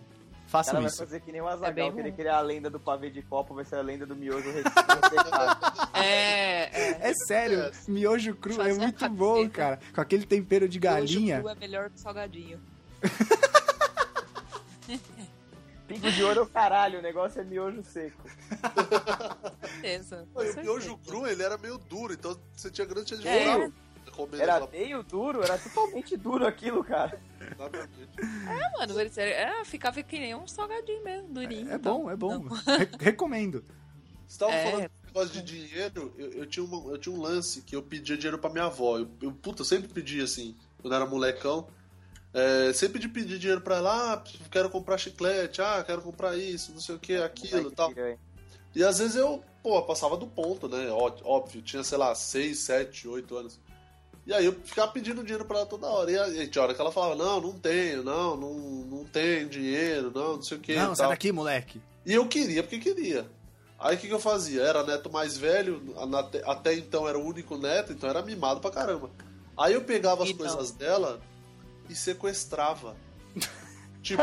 [SPEAKER 4] cara
[SPEAKER 2] Façam
[SPEAKER 4] vai
[SPEAKER 2] isso.
[SPEAKER 4] fazer que nem o
[SPEAKER 3] É bem
[SPEAKER 4] Azagal,
[SPEAKER 3] ruim.
[SPEAKER 4] que ele cria a lenda do pavê de copo, vai ser a lenda do miojo ressecado.
[SPEAKER 3] É, é.
[SPEAKER 2] É sério, miojo cru
[SPEAKER 3] Fazer
[SPEAKER 2] é muito
[SPEAKER 3] uma
[SPEAKER 2] bom,
[SPEAKER 3] receita.
[SPEAKER 2] cara. Com aquele tempero de galinha.
[SPEAKER 3] Miojo cru é melhor que salgadinho.
[SPEAKER 4] Pingo de ouro é o caralho, o negócio é miojo seco.
[SPEAKER 3] Certeza.
[SPEAKER 1] Pô, e o miojo cru, ele era meio duro, então você tinha grande chance de né,
[SPEAKER 3] É.
[SPEAKER 1] virar. Comer
[SPEAKER 4] Era
[SPEAKER 1] aquela-
[SPEAKER 4] meio duro, era totalmente duro aquilo, cara.
[SPEAKER 1] exatamente.
[SPEAKER 3] É, mano, ele sério, é, ficava que nem um salgadinho mesmo, durinho.
[SPEAKER 2] É
[SPEAKER 3] e
[SPEAKER 2] bom,
[SPEAKER 3] tal.
[SPEAKER 2] é bom. Re- Recomendo.
[SPEAKER 1] Você tava
[SPEAKER 3] É.
[SPEAKER 1] falando de negócio de dinheiro, eu, eu tinha uma- eu tinha um lance que eu pedia dinheiro pra minha avó. Eu, eu, puta, eu sempre pedia assim, quando era molecão. É, sempre de pedir dinheiro pra ela, ah, quero comprar chiclete, ah, quero comprar isso, não sei o que,
[SPEAKER 4] Vai
[SPEAKER 1] aquilo tá e
[SPEAKER 4] que
[SPEAKER 1] tal.
[SPEAKER 4] piranha.
[SPEAKER 1] E às vezes eu, pô, passava do ponto, né? Ó- Óbvio, tinha, sei lá, 6, 7, 8 anos. E aí eu ficava pedindo dinheiro pra ela toda hora. E a- E tinha hora que ela falava, não, não tenho, não, não, não tenho dinheiro, não, não sei o que.
[SPEAKER 2] Não, sai daqui, moleque.
[SPEAKER 1] E eu queria porque queria. Aí o que, que eu fazia? Era neto mais velho, a- na- até então era o único neto, então era mimado pra caramba. Aí eu pegava as
[SPEAKER 3] Então.
[SPEAKER 1] coisas dela e sequestrava. tipo,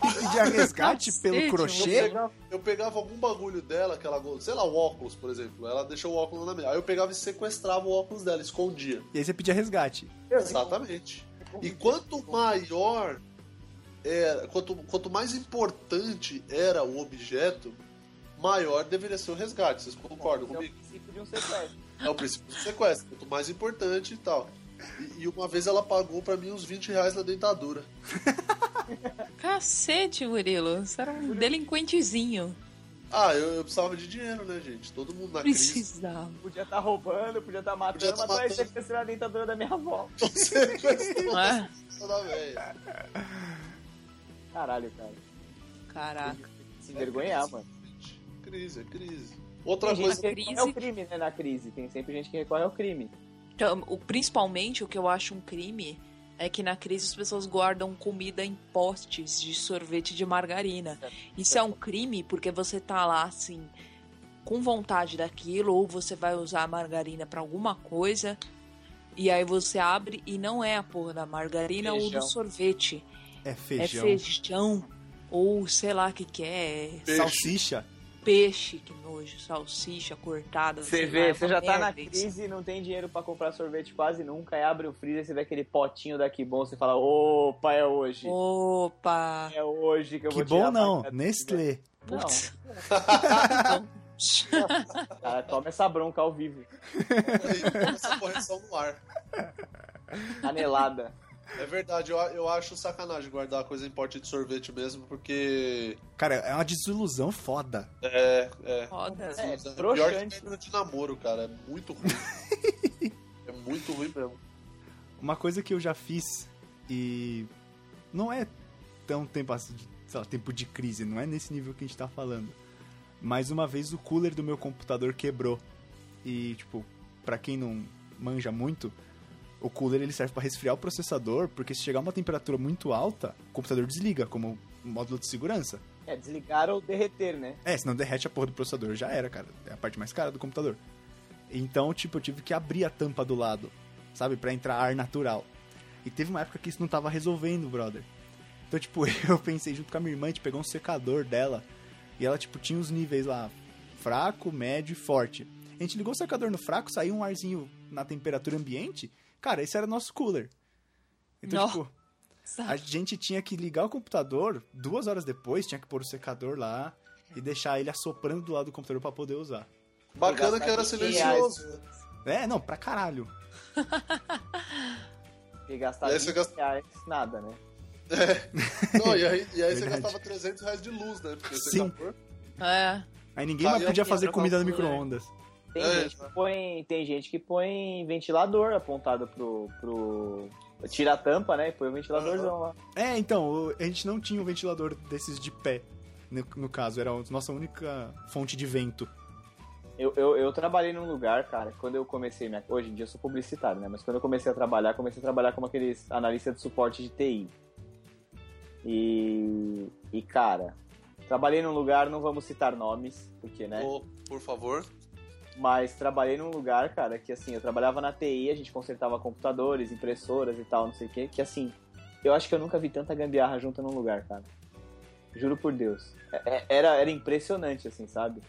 [SPEAKER 2] Pedir resgate pelo
[SPEAKER 3] Cacete,
[SPEAKER 1] eu
[SPEAKER 2] crochê?
[SPEAKER 4] é
[SPEAKER 1] pegava, eu pegava algum bagulho dela que ela gostava, sei lá, o óculos, por exemplo. Ela deixou o óculos na minha. Aí eu pegava e sequestrava o óculos dela, escondia.
[SPEAKER 2] E aí você pedia resgate.
[SPEAKER 1] Exatamente. E quanto maior era, quanto, quanto mais importante era o objeto, maior deveria ser o resgate. Vocês concordam
[SPEAKER 4] Esse é o
[SPEAKER 1] comigo?
[SPEAKER 4] princípio de um sequestro.
[SPEAKER 1] É o princípio do sequestro, quanto mais importante e tal. E, e uma vez ela pagou pra mim uns 20 reais na dentadura.
[SPEAKER 3] Cacete, Murilo. Você era um delinquentezinho.
[SPEAKER 1] Ah, eu, eu precisava de dinheiro, né, gente? Todo mundo na crise.
[SPEAKER 3] Precisava.
[SPEAKER 4] Podia estar roubando, podia estar matando,
[SPEAKER 1] Podia tá
[SPEAKER 4] mas é vai
[SPEAKER 1] matando.
[SPEAKER 4] sequestrar a dentadura da minha avó.
[SPEAKER 1] Tô sequestrando
[SPEAKER 3] Ah,
[SPEAKER 1] toda velha.
[SPEAKER 4] Caralho, cara.
[SPEAKER 3] caraca.
[SPEAKER 4] Se envergonhar, mano.
[SPEAKER 1] Crise, é crise. Outra
[SPEAKER 3] Tem
[SPEAKER 1] coisa.
[SPEAKER 3] gente
[SPEAKER 4] Porque
[SPEAKER 3] crise.
[SPEAKER 4] É o crime, né, na crise. Tem sempre gente que recorre ao crime.
[SPEAKER 3] Então, o, principalmente o que eu acho um crime é que na crise as pessoas guardam comida em postes de sorvete de margarina. Isso é um crime porque você tá lá assim com vontade daquilo ou você vai usar a margarina pra alguma coisa e aí você abre e não é a porra da margarina ou do
[SPEAKER 4] Feijão.
[SPEAKER 3] sorvete.
[SPEAKER 2] É feijão.
[SPEAKER 3] É feijão ou sei lá o que que é,
[SPEAKER 1] Peixe.
[SPEAKER 2] Salsicha.
[SPEAKER 3] peixe, que nojo, salsicha cortada.
[SPEAKER 4] Você
[SPEAKER 3] sei lá,
[SPEAKER 4] vê,
[SPEAKER 3] é
[SPEAKER 4] você
[SPEAKER 3] uma
[SPEAKER 4] já tá na
[SPEAKER 3] merda isso.
[SPEAKER 4] crise, não tem dinheiro pra comprar sorvete quase nunca, aí abre o freezer, você vê aquele potinho da Que Bom, você fala, opa, é hoje.
[SPEAKER 3] Opa!
[SPEAKER 4] É hoje que eu
[SPEAKER 2] Que
[SPEAKER 4] vou tirar
[SPEAKER 2] bom
[SPEAKER 4] a né?
[SPEAKER 2] não,
[SPEAKER 4] faca da vida."
[SPEAKER 2] Nestlé.
[SPEAKER 3] Putz.
[SPEAKER 4] Não, cara, toma essa bronca ao vivo,
[SPEAKER 1] aí, Essa correção no ar.
[SPEAKER 4] anelada.
[SPEAKER 1] É verdade, eu, eu acho sacanagem guardar coisa em pote de sorvete mesmo, porque.
[SPEAKER 2] Cara, é uma desilusão foda.
[SPEAKER 1] É, é.
[SPEAKER 3] Foda.
[SPEAKER 4] É,
[SPEAKER 1] Nossa, pior que
[SPEAKER 4] trouxante.
[SPEAKER 1] término de namoro, cara. É muito ruim. é muito ruim mesmo.
[SPEAKER 2] Uma coisa que eu já fiz e não é tão tempo assim, de- sei lá, tempo de crise, não é nesse nível que a gente tá falando. Mas uma vez o cooler do meu computador quebrou. E tipo, pra quem não manja muito, o cooler ele serve pra resfriar o processador, porque se chegar uma temperatura muito alta, o computador desliga como módulo de segurança.
[SPEAKER 4] É, desligar ou derreter, né?
[SPEAKER 2] É, senão derrete a porra do processador. Já era, cara. É a parte mais cara do computador. Então, tipo, eu tive que abrir a tampa do lado, sabe? Pra entrar ar natural. E teve uma época que isso não tava resolvendo, brother. Então, tipo, eu pensei junto com a minha irmã, a gente pegou um secador dela. E ela, tipo, tinha os níveis lá: fraco, médio e forte. A gente ligou o secador no fraco, saiu um arzinho na temperatura ambiente. Cara, esse era nosso cooler. Então,
[SPEAKER 3] Nó.
[SPEAKER 2] tipo, a gente tinha que ligar o computador duas horas depois, tinha que pôr o secador lá e deixar ele assoprando do lado do computador pra poder usar.
[SPEAKER 1] Bacana que era
[SPEAKER 4] gastar 20 reais.
[SPEAKER 1] silencioso.
[SPEAKER 2] É, não, pra caralho.
[SPEAKER 4] E gastar
[SPEAKER 1] E aí você
[SPEAKER 4] 20
[SPEAKER 1] gasta-
[SPEAKER 4] reais, nada, né?
[SPEAKER 1] Não, e aí, e aí você
[SPEAKER 2] Verdade.
[SPEAKER 1] gastava 300 reais de luz, né? Porque
[SPEAKER 2] Sim.
[SPEAKER 1] Você
[SPEAKER 3] É.
[SPEAKER 2] Aí ninguém
[SPEAKER 1] Tá,
[SPEAKER 2] mais
[SPEAKER 1] eu queria
[SPEAKER 2] podia fazer
[SPEAKER 1] trocar
[SPEAKER 2] comida
[SPEAKER 1] o
[SPEAKER 2] no
[SPEAKER 1] cooler.
[SPEAKER 2] micro-ondas.
[SPEAKER 4] Tem,
[SPEAKER 1] É,
[SPEAKER 4] gente, que põe, tem gente que põe ventilador apontado pro. pro... Tira a tampa, né? E põe o ventiladorzão lá.
[SPEAKER 2] É, então, o- a gente não tinha um ventilador desses de pé. No, no caso, era a nossa única fonte de vento.
[SPEAKER 4] Eu, eu, eu trabalhei num lugar, cara, quando eu comecei minha. Hoje em dia eu sou publicitário, né? Mas quando eu comecei a trabalhar, comecei a trabalhar como aqueles analista de suporte de TI. E. E, cara, trabalhei num lugar, não vamos citar nomes, porque, né?
[SPEAKER 1] Ô, por favor.
[SPEAKER 4] Mas trabalhei num lugar, cara, que assim, eu trabalhava na TI, a gente consertava computadores, impressoras e tal, não sei o quê, que assim, eu acho que eu nunca vi tanta gambiarra junta num lugar, cara. Juro por Deus. É- é- Era, era impressionante, assim, sabe?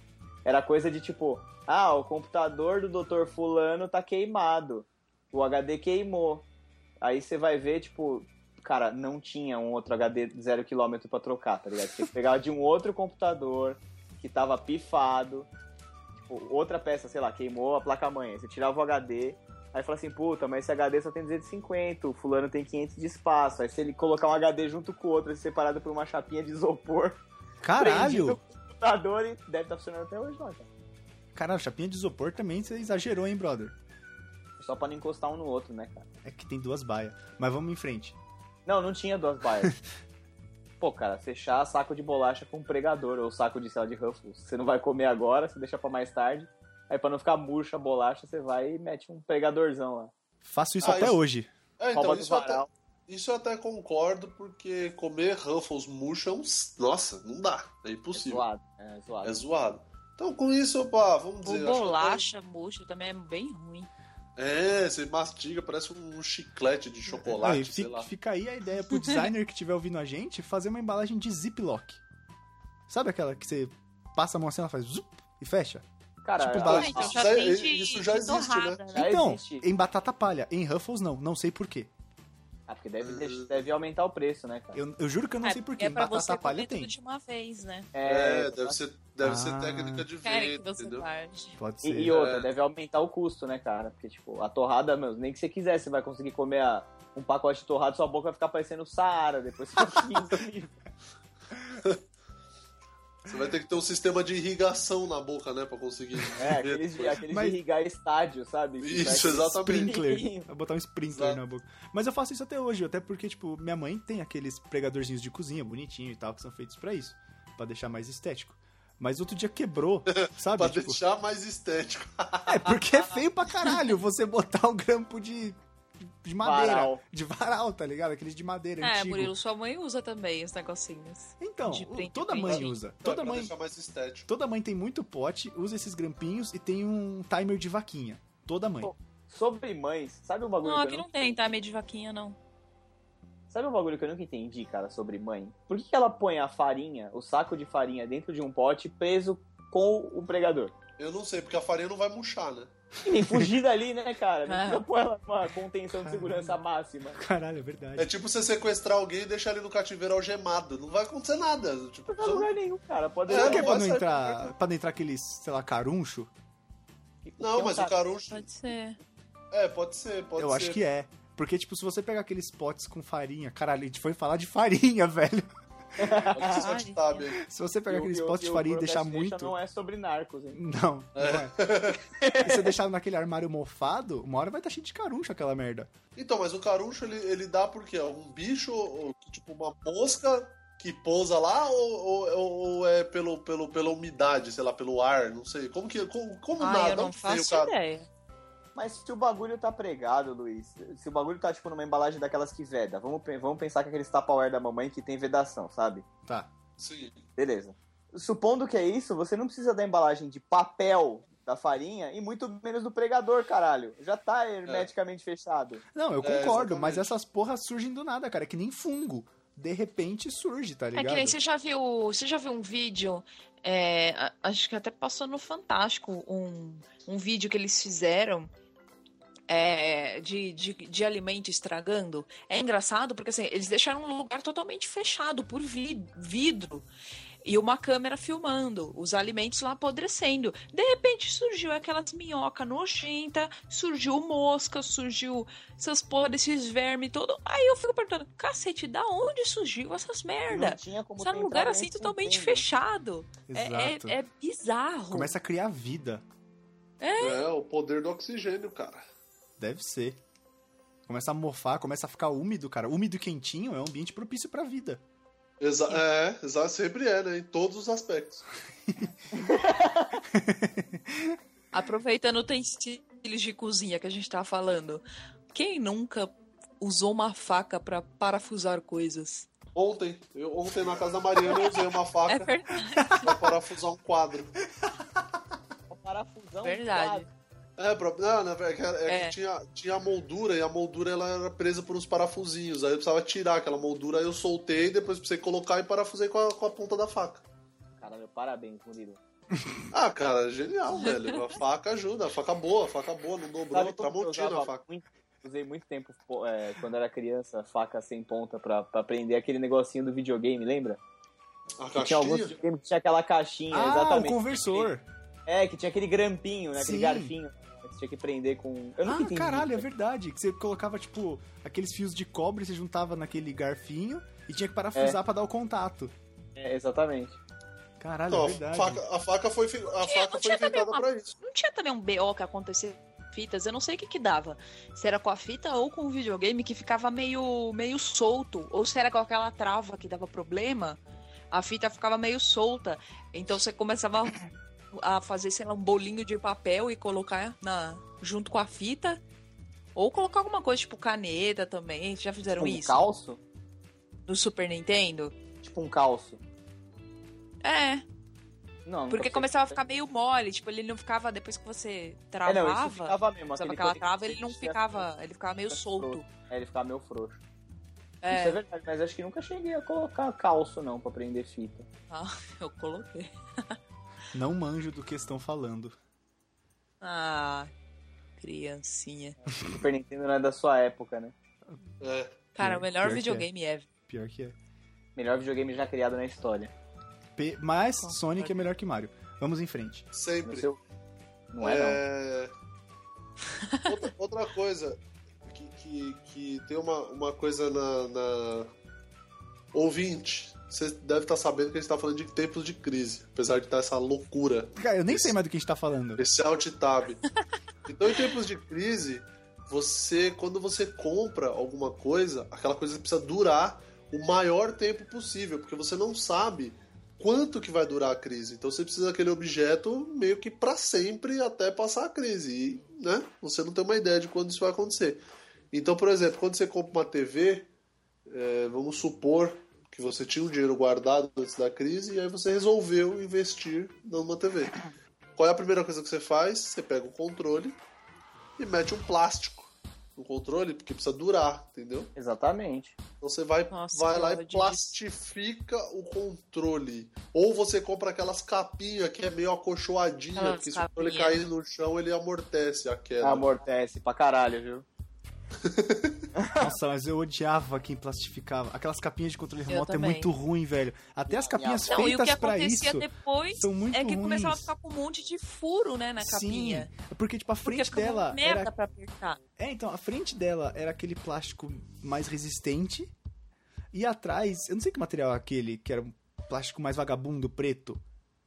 [SPEAKER 4] Era coisa de tipo, ah, o computador do Dr. Fulano tá queimado. O HD queimou. Aí você vai ver, tipo, cara, não tinha um outro HD zero quilômetro pra trocar, tá ligado? Tinha que pegar de um outro computador que tava pifado tipo, outra peça, sei lá, queimou a placa-mãe. Aí Você tirava o HD, aí fala assim, puta, mas esse HD só tem 250, o fulano tem 500 de espaço. Aí se ele colocar um HD junto com o outro, separado por uma chapinha de isopor, prendido no
[SPEAKER 2] Caralho!
[SPEAKER 4] computador e deve estar funcionando até hoje lá, cara.
[SPEAKER 2] Caralho, chapinha de isopor também você exagerou, hein, brother?
[SPEAKER 4] Só pra não encostar um no outro, né, cara?
[SPEAKER 2] É que tem duas baias. Mas vamos em frente.
[SPEAKER 4] Não, não tinha duas baias. Pô, cara, fechar saco de bolacha com um pregador ou saco de sal de Ruffles. Você não vai comer agora, você deixa pra mais tarde. Aí pra não ficar murcha a bolacha, você vai e mete um pregadorzão lá.
[SPEAKER 2] Faço isso
[SPEAKER 1] Ah,
[SPEAKER 2] até
[SPEAKER 1] isso-
[SPEAKER 2] hoje.
[SPEAKER 1] É,
[SPEAKER 4] Rouba
[SPEAKER 1] então,
[SPEAKER 4] do
[SPEAKER 1] isso eu, até,
[SPEAKER 4] varal.
[SPEAKER 1] isso eu até concordo, porque comer Ruffles murcha é um. s- Nossa, não dá. É
[SPEAKER 4] É
[SPEAKER 1] impossível.
[SPEAKER 4] zoado, é zoado.
[SPEAKER 1] É zoado. Então, com isso, opa, vamos
[SPEAKER 3] O
[SPEAKER 1] dizer. acho que-
[SPEAKER 3] Um bolacha murcha também é bem ruim.
[SPEAKER 1] É, você mastiga, parece um chiclete de chocolate,
[SPEAKER 2] Aí,
[SPEAKER 1] tipo, sei
[SPEAKER 2] fi-
[SPEAKER 1] lá.
[SPEAKER 2] Fica aí a ideia pro designer que estiver ouvindo a gente fazer uma embalagem de ziploc. Sabe aquela que você passa a mão assim, ela faz zup e fecha?
[SPEAKER 4] Cara,
[SPEAKER 2] Tipo,
[SPEAKER 4] a-
[SPEAKER 1] Ah,
[SPEAKER 3] Ah, então
[SPEAKER 1] isso
[SPEAKER 3] já
[SPEAKER 1] é-
[SPEAKER 3] tem de,
[SPEAKER 1] isso já
[SPEAKER 3] de
[SPEAKER 1] existe,
[SPEAKER 3] torrada, né?
[SPEAKER 4] Já
[SPEAKER 2] então,
[SPEAKER 4] existe.
[SPEAKER 2] em batata palha, em Ruffles não, não sei porquê.
[SPEAKER 4] Ah, porque deve, deix- deve aumentar o preço, né, cara?
[SPEAKER 2] Eu, eu juro que eu não
[SPEAKER 3] É,
[SPEAKER 2] sei
[SPEAKER 3] porque
[SPEAKER 2] porquê,
[SPEAKER 3] é
[SPEAKER 2] em
[SPEAKER 3] pra
[SPEAKER 2] batata
[SPEAKER 3] você
[SPEAKER 2] palha
[SPEAKER 3] comer
[SPEAKER 2] tem.
[SPEAKER 3] tudo de uma vez, né?
[SPEAKER 1] É, deve ser, deve
[SPEAKER 2] Ah.
[SPEAKER 1] ser técnica de
[SPEAKER 3] Querem que
[SPEAKER 1] venda,
[SPEAKER 3] você
[SPEAKER 1] entendeu?
[SPEAKER 3] guarde.
[SPEAKER 2] Pode
[SPEAKER 4] E,
[SPEAKER 2] ser.
[SPEAKER 4] e outra,
[SPEAKER 1] É.
[SPEAKER 4] deve aumentar o custo, né, cara? Porque, tipo, a torrada, meu, nem que você quiser, você vai conseguir comer a- um pacote de torrada, sua boca vai ficar parecendo o Saara depois que você
[SPEAKER 1] Você vai ter que ter um sistema de irrigação na boca, né, pra conseguir.
[SPEAKER 4] É, aqueles, de, aqueles
[SPEAKER 2] Mas-
[SPEAKER 4] de irrigar estádio, sabe? Tipo, é
[SPEAKER 1] Isso,
[SPEAKER 4] Vai-
[SPEAKER 1] exatamente.
[SPEAKER 2] Sprinkler. Vou botar um sprinkler
[SPEAKER 1] tá Exato.
[SPEAKER 2] na boca. Mas eu faço isso até hoje, até porque, tipo, minha mãe tem aqueles pregadorzinhos de cozinha bonitinho e tal, que são feitos pra isso. Pra deixar mais estético. Mas outro dia quebrou, sabe?
[SPEAKER 1] pra
[SPEAKER 2] tipo,
[SPEAKER 1] deixar mais estético.
[SPEAKER 2] é porque é feio pra caralho você botar um grampo de, de madeira.
[SPEAKER 4] Varal.
[SPEAKER 2] De varal, tá ligado? Aqueles de madeira
[SPEAKER 3] É,
[SPEAKER 2] antigo.
[SPEAKER 3] Murilo, sua mãe usa também os negocinhos.
[SPEAKER 2] Então,
[SPEAKER 3] De print,
[SPEAKER 2] toda
[SPEAKER 3] print.
[SPEAKER 2] mãe usa. Toda
[SPEAKER 1] é, Pra
[SPEAKER 2] mãe,
[SPEAKER 1] deixar mais estético.
[SPEAKER 2] toda mãe tem muito pote, usa esses grampinhos e tem um timer de vaquinha. Toda mãe.
[SPEAKER 4] Pô, Sobre mães, sabe um bagulho
[SPEAKER 3] Não,
[SPEAKER 4] que
[SPEAKER 3] aqui
[SPEAKER 4] eu
[SPEAKER 3] não tem, tá? Meio de vaquinha, não.
[SPEAKER 4] Sabe um bagulho que eu nunca entendi, cara, sobre mãe? Por que que ela põe a farinha, o saco de farinha, dentro de um pote preso com o pregador?
[SPEAKER 1] Eu não sei, porque a farinha não vai murchar, né?
[SPEAKER 4] E fugir dali, né, cara? Não
[SPEAKER 3] Ah.
[SPEAKER 4] precisa pôr ela numa contenção de segurança máxima.
[SPEAKER 2] Caralho, é verdade.
[SPEAKER 1] É tipo você sequestrar alguém e deixar ele no cativeiro algemado. Não vai acontecer nada. Tipo,
[SPEAKER 4] Não tá em lugar nenhum, cara. Pode
[SPEAKER 1] É,
[SPEAKER 2] Será que é
[SPEAKER 1] não
[SPEAKER 2] pra
[SPEAKER 1] vai
[SPEAKER 2] não
[SPEAKER 1] sair
[SPEAKER 2] entrar, pra não entrar aqueles, sei lá, caruncho?
[SPEAKER 1] não,
[SPEAKER 4] é um
[SPEAKER 1] mas o caruncho.
[SPEAKER 3] Pode ser.
[SPEAKER 1] É, pode ser, pode
[SPEAKER 2] um eu
[SPEAKER 1] ser.
[SPEAKER 2] acho que é. Porque, tipo, se você pegar aqueles potes com farinha, caralho, a gente foi falar de farinha, velho.
[SPEAKER 3] Ah,
[SPEAKER 1] Pode ser só de tab, hein?
[SPEAKER 2] Se você pegar aqueles potes de farinha e deixar muito.
[SPEAKER 4] Não é sobre narcos, hein?
[SPEAKER 2] Não, não é. e você deixar naquele armário mofado, uma hora vai estar cheio de caruncho aquela merda.
[SPEAKER 1] Então, mas o caruncho ele, ele dá por quê? Um bicho, ou, tipo uma mosca que pousa lá ou, ou- ou é pelo, pelo, pela umidade, sei lá, pelo ar, não sei. Como que. Como, como
[SPEAKER 3] Ah,
[SPEAKER 1] nada?
[SPEAKER 3] eu não
[SPEAKER 1] Onde tem o
[SPEAKER 3] faço
[SPEAKER 1] cara-
[SPEAKER 3] ideia.
[SPEAKER 4] Mas se o bagulho tá pregado, Luiz, se o bagulho tá, tipo, numa embalagem daquelas que veda, vamos, pe- vamos pensar que aqueles tapaware da mamãe que tem vedação, sabe?
[SPEAKER 2] Tá.
[SPEAKER 1] Sim.
[SPEAKER 4] Beleza. Supondo que é isso, você não precisa da embalagem de papel da farinha e muito menos do pregador, caralho. Já tá
[SPEAKER 2] É.
[SPEAKER 4] hermeticamente fechado.
[SPEAKER 2] Não,
[SPEAKER 1] É,
[SPEAKER 2] eu concordo, mas
[SPEAKER 1] exatamente.
[SPEAKER 2] essas porras surgem do nada, cara. É que nem fungo. De repente surge, tá
[SPEAKER 3] É
[SPEAKER 2] ligado?
[SPEAKER 3] que nem você já viu. Você já viu um vídeo. é, a- acho que até passou no Fantástico um, um vídeo que eles fizeram. é, de, de, de alimento estragando. É engraçado porque assim, eles deixaram um lugar totalmente fechado por vi- vidro e uma câmera filmando os alimentos lá apodrecendo. De repente surgiu aquelas minhoca nojenta, surgiu mosca, surgiu essas porra esses vermes todo. Aí eu fico perguntando, cacete, da onde surgiu essas merda?
[SPEAKER 4] Não tinha como
[SPEAKER 3] Você tá num
[SPEAKER 4] tentar
[SPEAKER 3] lugar
[SPEAKER 4] nem
[SPEAKER 3] assim
[SPEAKER 4] se
[SPEAKER 3] totalmente
[SPEAKER 4] entender.
[SPEAKER 3] fechado. É, é,
[SPEAKER 2] Exato.
[SPEAKER 3] é bizarro.
[SPEAKER 2] Começa a criar vida.
[SPEAKER 1] É, o poder do oxigênio, cara.
[SPEAKER 2] Deve ser. Começa a morfar, começa a ficar úmido, cara. Úmido e quentinho é um ambiente propício pra vida.
[SPEAKER 1] Exa é, exa sempre é, né? Em todos os aspectos.
[SPEAKER 3] Aproveitando utensílios de cozinha que a gente tá falando. Quem nunca usou uma faca pra parafusar coisas?
[SPEAKER 1] Ontem, eu, ontem na casa da Mariana eu usei uma
[SPEAKER 3] É
[SPEAKER 1] faca
[SPEAKER 3] ver-
[SPEAKER 1] pra parafusar um quadro.
[SPEAKER 4] O parafusão.
[SPEAKER 3] verdade.
[SPEAKER 1] É, pra, não, não, é que, é que
[SPEAKER 3] É.
[SPEAKER 1] tinha, tinha a moldura e a moldura ela era presa por uns parafusinhos. Aí eu precisava tirar aquela moldura, aí eu soltei, depois precisei colocar e parafusei com a, com a ponta da faca.
[SPEAKER 4] Cara, meu parabéns, Murilo.
[SPEAKER 1] Ah, cara, genial, velho. A faca ajuda, a faca boa, a faca boa, não dobrou,
[SPEAKER 2] tá
[SPEAKER 4] Sabe
[SPEAKER 1] não
[SPEAKER 4] como eu
[SPEAKER 1] tramontina
[SPEAKER 4] usava
[SPEAKER 1] a faca.
[SPEAKER 4] muito? Usei muito tempo pô, é, quando era criança, faca sem ponta pra, pra prender aquele negocinho do videogame, lembra?
[SPEAKER 1] A
[SPEAKER 4] Que tinha alguns
[SPEAKER 1] caixinha?
[SPEAKER 4] videogames que tinha aquela caixinha,
[SPEAKER 2] ah,
[SPEAKER 4] exatamente.
[SPEAKER 2] o conversor.
[SPEAKER 4] É, que tinha aquele grampinho, né? Aquele
[SPEAKER 2] Sim.
[SPEAKER 4] garfinho que você tinha que prender com. Eu nunca
[SPEAKER 2] Ah,
[SPEAKER 4] entendi.
[SPEAKER 2] caralho, é verdade. Que você colocava, tipo, aqueles fios de cobre, você juntava naquele garfinho e tinha que parafusar pra dar o contato.
[SPEAKER 4] É, exatamente.
[SPEAKER 2] Caralho,
[SPEAKER 1] Então,
[SPEAKER 2] é
[SPEAKER 1] a,
[SPEAKER 2] verdade.
[SPEAKER 1] faca, a faca foi, fi- a faca foi
[SPEAKER 3] tinha também
[SPEAKER 1] inventada
[SPEAKER 3] uma-
[SPEAKER 1] pra isso.
[SPEAKER 3] Não tinha também um BO que acontecia com fitas, eu não sei o que que dava. Se era com a fita ou com o videogame que ficava meio, meio solto, ou se era com aquela trava que dava problema, a fita ficava meio solta. Então você começava a fazer, sei lá, um bolinho de papel e colocar na junto com a fita. Ou colocar alguma coisa tipo caneta também. Já fizeram
[SPEAKER 4] Tipo um
[SPEAKER 3] isso?
[SPEAKER 4] calço?
[SPEAKER 3] Do Super Nintendo?
[SPEAKER 4] Tipo um calço.
[SPEAKER 3] É,
[SPEAKER 4] Não,
[SPEAKER 3] porque começava a ficar meio mole, tipo, ele não ficava depois que você
[SPEAKER 4] travava. É, não,
[SPEAKER 3] travava.
[SPEAKER 4] isso ficava
[SPEAKER 3] Usava
[SPEAKER 4] mesmo. aquele
[SPEAKER 3] aquela
[SPEAKER 4] coisa que
[SPEAKER 3] trava,
[SPEAKER 4] você
[SPEAKER 3] ele não
[SPEAKER 4] tinha-
[SPEAKER 3] ficava. Ele ficava meio
[SPEAKER 4] Frouxo.
[SPEAKER 3] né? Tá solto.
[SPEAKER 4] É, ele ficava meio frouxo. Isso é
[SPEAKER 3] É,
[SPEAKER 4] verdade, mas acho que nunca cheguei a colocar calço, não, pra prender fita.
[SPEAKER 3] eu coloquei.
[SPEAKER 2] Não manjo do que estão falando.
[SPEAKER 3] Ah, criancinha.
[SPEAKER 4] Super Nintendo não é da sua época, né?
[SPEAKER 1] É.
[SPEAKER 3] Cara,
[SPEAKER 2] Pior-
[SPEAKER 3] o melhor
[SPEAKER 2] pior que
[SPEAKER 3] videogame é.
[SPEAKER 2] Pior que é.
[SPEAKER 4] Melhor videogame já criado na história.
[SPEAKER 2] P- Mas
[SPEAKER 3] Concordo.
[SPEAKER 2] Sonic é melhor que Mario. Vamos em frente.
[SPEAKER 4] No
[SPEAKER 1] Sempre.
[SPEAKER 4] seu- Não é,
[SPEAKER 1] É, Outra, outra coisa que, que, que tem uma, uma coisa na, na- Ouvinte, você deve estar sabendo que a gente tá falando de tempos de crise, apesar de estar essa loucura,
[SPEAKER 2] Cara, eu nem sei mais do que a gente tá falando.
[SPEAKER 1] esse alt tab. Então, em tempos de crise, você, quando você compra alguma coisa, aquela coisa precisa durar o maior tempo possível, porque você não sabe quanto que vai durar a crise. Então, você precisa daquele objeto meio que para sempre até passar a crise, e, né? Você não tem uma ideia de quando isso vai acontecer. Então, por exemplo, quando você compra uma TV, é, vamos supor que você tinha um dinheiro guardado antes da crise e aí você resolveu investir numa TV. Qual é a primeira coisa que você faz? Você pega o controle e mete um plástico no controle, porque precisa durar, entendeu?
[SPEAKER 4] não. Exatamente.
[SPEAKER 1] Então você vai,
[SPEAKER 3] Nossa,
[SPEAKER 1] vai
[SPEAKER 3] que
[SPEAKER 1] lá
[SPEAKER 3] aula
[SPEAKER 1] e
[SPEAKER 3] de
[SPEAKER 1] plastifica o controle. Ou você compra aquelas capinhas que é meio acolchoadinha,
[SPEAKER 3] Aquelas
[SPEAKER 1] porque se o controle
[SPEAKER 3] capinhas.
[SPEAKER 1] cair no chão, ele amortece a queda.
[SPEAKER 4] Amortece pra caralho, viu?
[SPEAKER 2] Nossa, mas eu odiava quem plastificava. Aquelas capinhas de controle
[SPEAKER 3] Eu
[SPEAKER 2] remoto é
[SPEAKER 3] também.
[SPEAKER 2] muito ruim, velho. Até as capinhas
[SPEAKER 3] Não, e o que
[SPEAKER 2] feitas pra
[SPEAKER 3] acontecia
[SPEAKER 2] isso
[SPEAKER 3] depois
[SPEAKER 2] são muito
[SPEAKER 3] é que
[SPEAKER 2] ruins.
[SPEAKER 3] começava a ficar com um monte de furo, né, na capinha.
[SPEAKER 2] Sim, porque tipo a
[SPEAKER 3] Porque
[SPEAKER 2] frente
[SPEAKER 3] ficava
[SPEAKER 2] dela
[SPEAKER 3] uma merda
[SPEAKER 2] era
[SPEAKER 3] pra apertar.
[SPEAKER 2] É, então a frente dela era aquele plástico mais resistente e atrás, eu não sei que material é aquele, que era um plástico mais vagabundo, preto.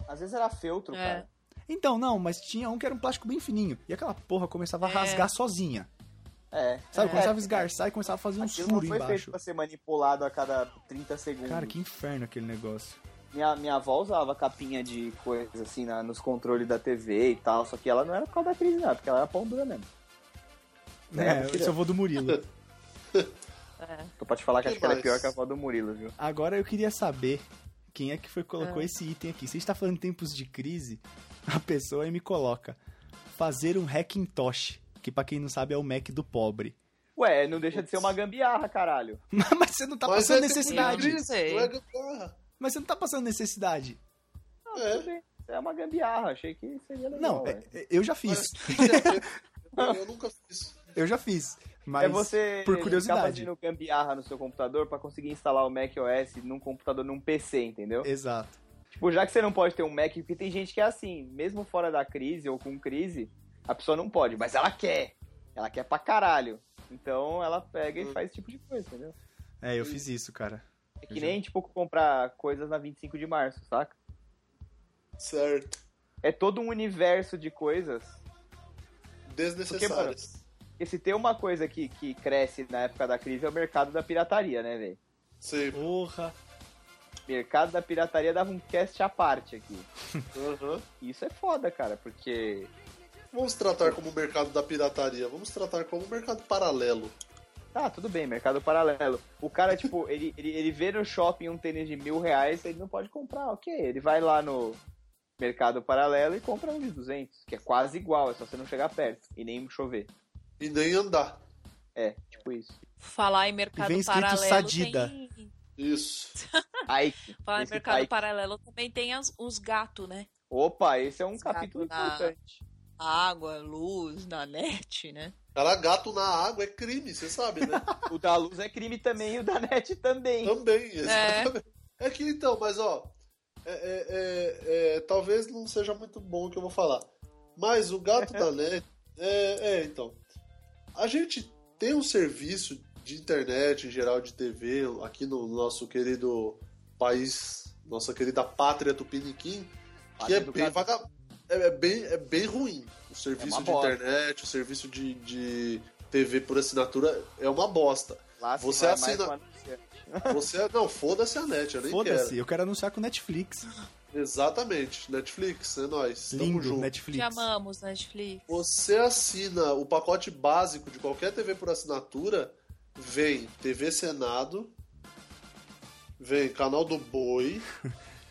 [SPEAKER 4] Às vezes era feltro,
[SPEAKER 3] É.
[SPEAKER 4] cara.
[SPEAKER 2] Então, não, mas tinha um que era um plástico bem fininho. E aquela porra começava a
[SPEAKER 3] É.
[SPEAKER 2] rasgar sozinha.
[SPEAKER 4] É.
[SPEAKER 2] Sabe?
[SPEAKER 4] É.
[SPEAKER 2] Começava a esgarçar e começava a fazer um
[SPEAKER 4] Aquilo não
[SPEAKER 2] furo
[SPEAKER 4] foi feito
[SPEAKER 2] embaixo.
[SPEAKER 4] pra ser manipulado a cada 30 segundos.
[SPEAKER 2] Cara, que inferno aquele negócio.
[SPEAKER 4] Minha, minha avó usava capinha de coisa assim na- nos controles da TV e tal, só que ela não era por causa da crise, não, porque ela era pão dura mesmo. É,
[SPEAKER 2] É,
[SPEAKER 4] porque-
[SPEAKER 2] esse eu vou do Murilo.
[SPEAKER 4] Tô pra te falar que,
[SPEAKER 1] Que
[SPEAKER 4] acho que ela é
[SPEAKER 1] mais?
[SPEAKER 4] pior que a avó do Murilo, viu?
[SPEAKER 2] Agora eu queria saber quem é que foi que colocou esse item aqui. Se a gente tá falando em tempos de crise, a pessoa aí me coloca fazer um Hackintosh, que pra quem não sabe é o Mac do pobre.
[SPEAKER 4] Ué, não deixa de ser uma gambiarra, caralho.
[SPEAKER 2] Mas você não tá
[SPEAKER 1] Mas
[SPEAKER 2] passando
[SPEAKER 1] é tipo
[SPEAKER 2] necessidade.
[SPEAKER 1] crise,
[SPEAKER 3] Sei.
[SPEAKER 1] não é gambiarra.
[SPEAKER 2] Mas você não tá passando necessidade.
[SPEAKER 4] Não,
[SPEAKER 1] É.
[SPEAKER 4] tudo bem. Isso é uma gambiarra, achei que seria legal.
[SPEAKER 2] Não,
[SPEAKER 4] ué.
[SPEAKER 2] é- é- eu já fiz.
[SPEAKER 1] Eu, eu nunca fiz.
[SPEAKER 2] Eu já fiz. Mas
[SPEAKER 4] é você
[SPEAKER 2] por
[SPEAKER 4] ficar
[SPEAKER 2] curiosidade.
[SPEAKER 4] fazendo gambiarra no seu computador pra conseguir instalar o Mac OS num computador, num PC, entendeu?
[SPEAKER 2] É. Exato.
[SPEAKER 4] Tipo, já que você não pode ter um Mac, porque tem gente que é assim, mesmo fora da crise ou com crise, a pessoa não pode, mas ela quer. Ela quer pra caralho. Então ela pega
[SPEAKER 2] Hum.
[SPEAKER 4] e faz esse tipo de coisa, entendeu?
[SPEAKER 2] É, eu fiz isso, cara.
[SPEAKER 4] É que nem, tipo, comprar coisas na 25 de março, saca?
[SPEAKER 1] Certo.
[SPEAKER 4] É todo um universo de coisas
[SPEAKER 1] desnecessárias.
[SPEAKER 5] Porque se tem uma coisa que, que cresce na época da crise é o mercado da pirataria, né, velho?
[SPEAKER 1] Sempre.
[SPEAKER 2] Porra.
[SPEAKER 5] Mercado da pirataria dava um cast à parte aqui.
[SPEAKER 1] Aham.
[SPEAKER 5] Isso é foda, cara, porque.
[SPEAKER 1] Vamos tratar como o mercado da pirataria, vamos tratar como o mercado paralelo.
[SPEAKER 5] Tá, tudo bem, mercado paralelo. O cara, tipo, ele, ele, ele vê no shopping um tênis de mil reais, ele não pode comprar, ok. Ele vai lá no mercado paralelo e compra um de 200, que é quase igual, é só você não chegar perto e nem chover.
[SPEAKER 1] E nem andar.
[SPEAKER 5] É, tipo isso.
[SPEAKER 3] Falar em
[SPEAKER 2] E vem
[SPEAKER 3] mercado
[SPEAKER 2] escrito
[SPEAKER 3] paralelo
[SPEAKER 2] Sadida.
[SPEAKER 3] tem...
[SPEAKER 1] Isso.
[SPEAKER 5] Aí,
[SPEAKER 3] Falar em
[SPEAKER 5] Esse
[SPEAKER 3] mercado
[SPEAKER 5] Ike.
[SPEAKER 3] paralelo também tem as- os gatos, né?
[SPEAKER 5] opa, esse é um
[SPEAKER 3] Escapar.
[SPEAKER 5] capítulo importante.
[SPEAKER 3] Água, luz, na net, né?
[SPEAKER 1] Cara, gato na água é crime, você sabe, né?
[SPEAKER 5] O da luz é crime também e o da net também.
[SPEAKER 1] Também, exatamente. É. que então, mas ó, é, é, é, é, talvez não seja muito bom o que eu vou falar. Mas o gato da net. É, é, então. A gente tem um serviço de internet, em geral de TV, aqui no nosso querido país, nossa querida pátria Tupiniquim, que
[SPEAKER 5] Pátria
[SPEAKER 1] é
[SPEAKER 5] do
[SPEAKER 1] bem,
[SPEAKER 5] gato.
[SPEAKER 1] vaga... é, é bem é bem ruim. O serviço
[SPEAKER 2] É
[SPEAKER 5] uma
[SPEAKER 1] de
[SPEAKER 5] bosta.
[SPEAKER 1] internet, o serviço de, de TV por assinatura é uma bosta.
[SPEAKER 5] Lá se
[SPEAKER 1] Você
[SPEAKER 5] vai
[SPEAKER 1] assina-
[SPEAKER 5] mais um anunciante.
[SPEAKER 1] Você, não, foda-se a net, eu nem quero.
[SPEAKER 2] Foda-se, eu quero anunciar com Netflix.
[SPEAKER 1] Exatamente, Netflix, é nóis. Tamo
[SPEAKER 2] Lindo,
[SPEAKER 1] junto.
[SPEAKER 3] Te
[SPEAKER 2] Netflix.
[SPEAKER 3] amamos, Netflix.
[SPEAKER 1] Você assina o pacote básico de qualquer TV por assinatura, vem TV Senado, vem canal do Boi.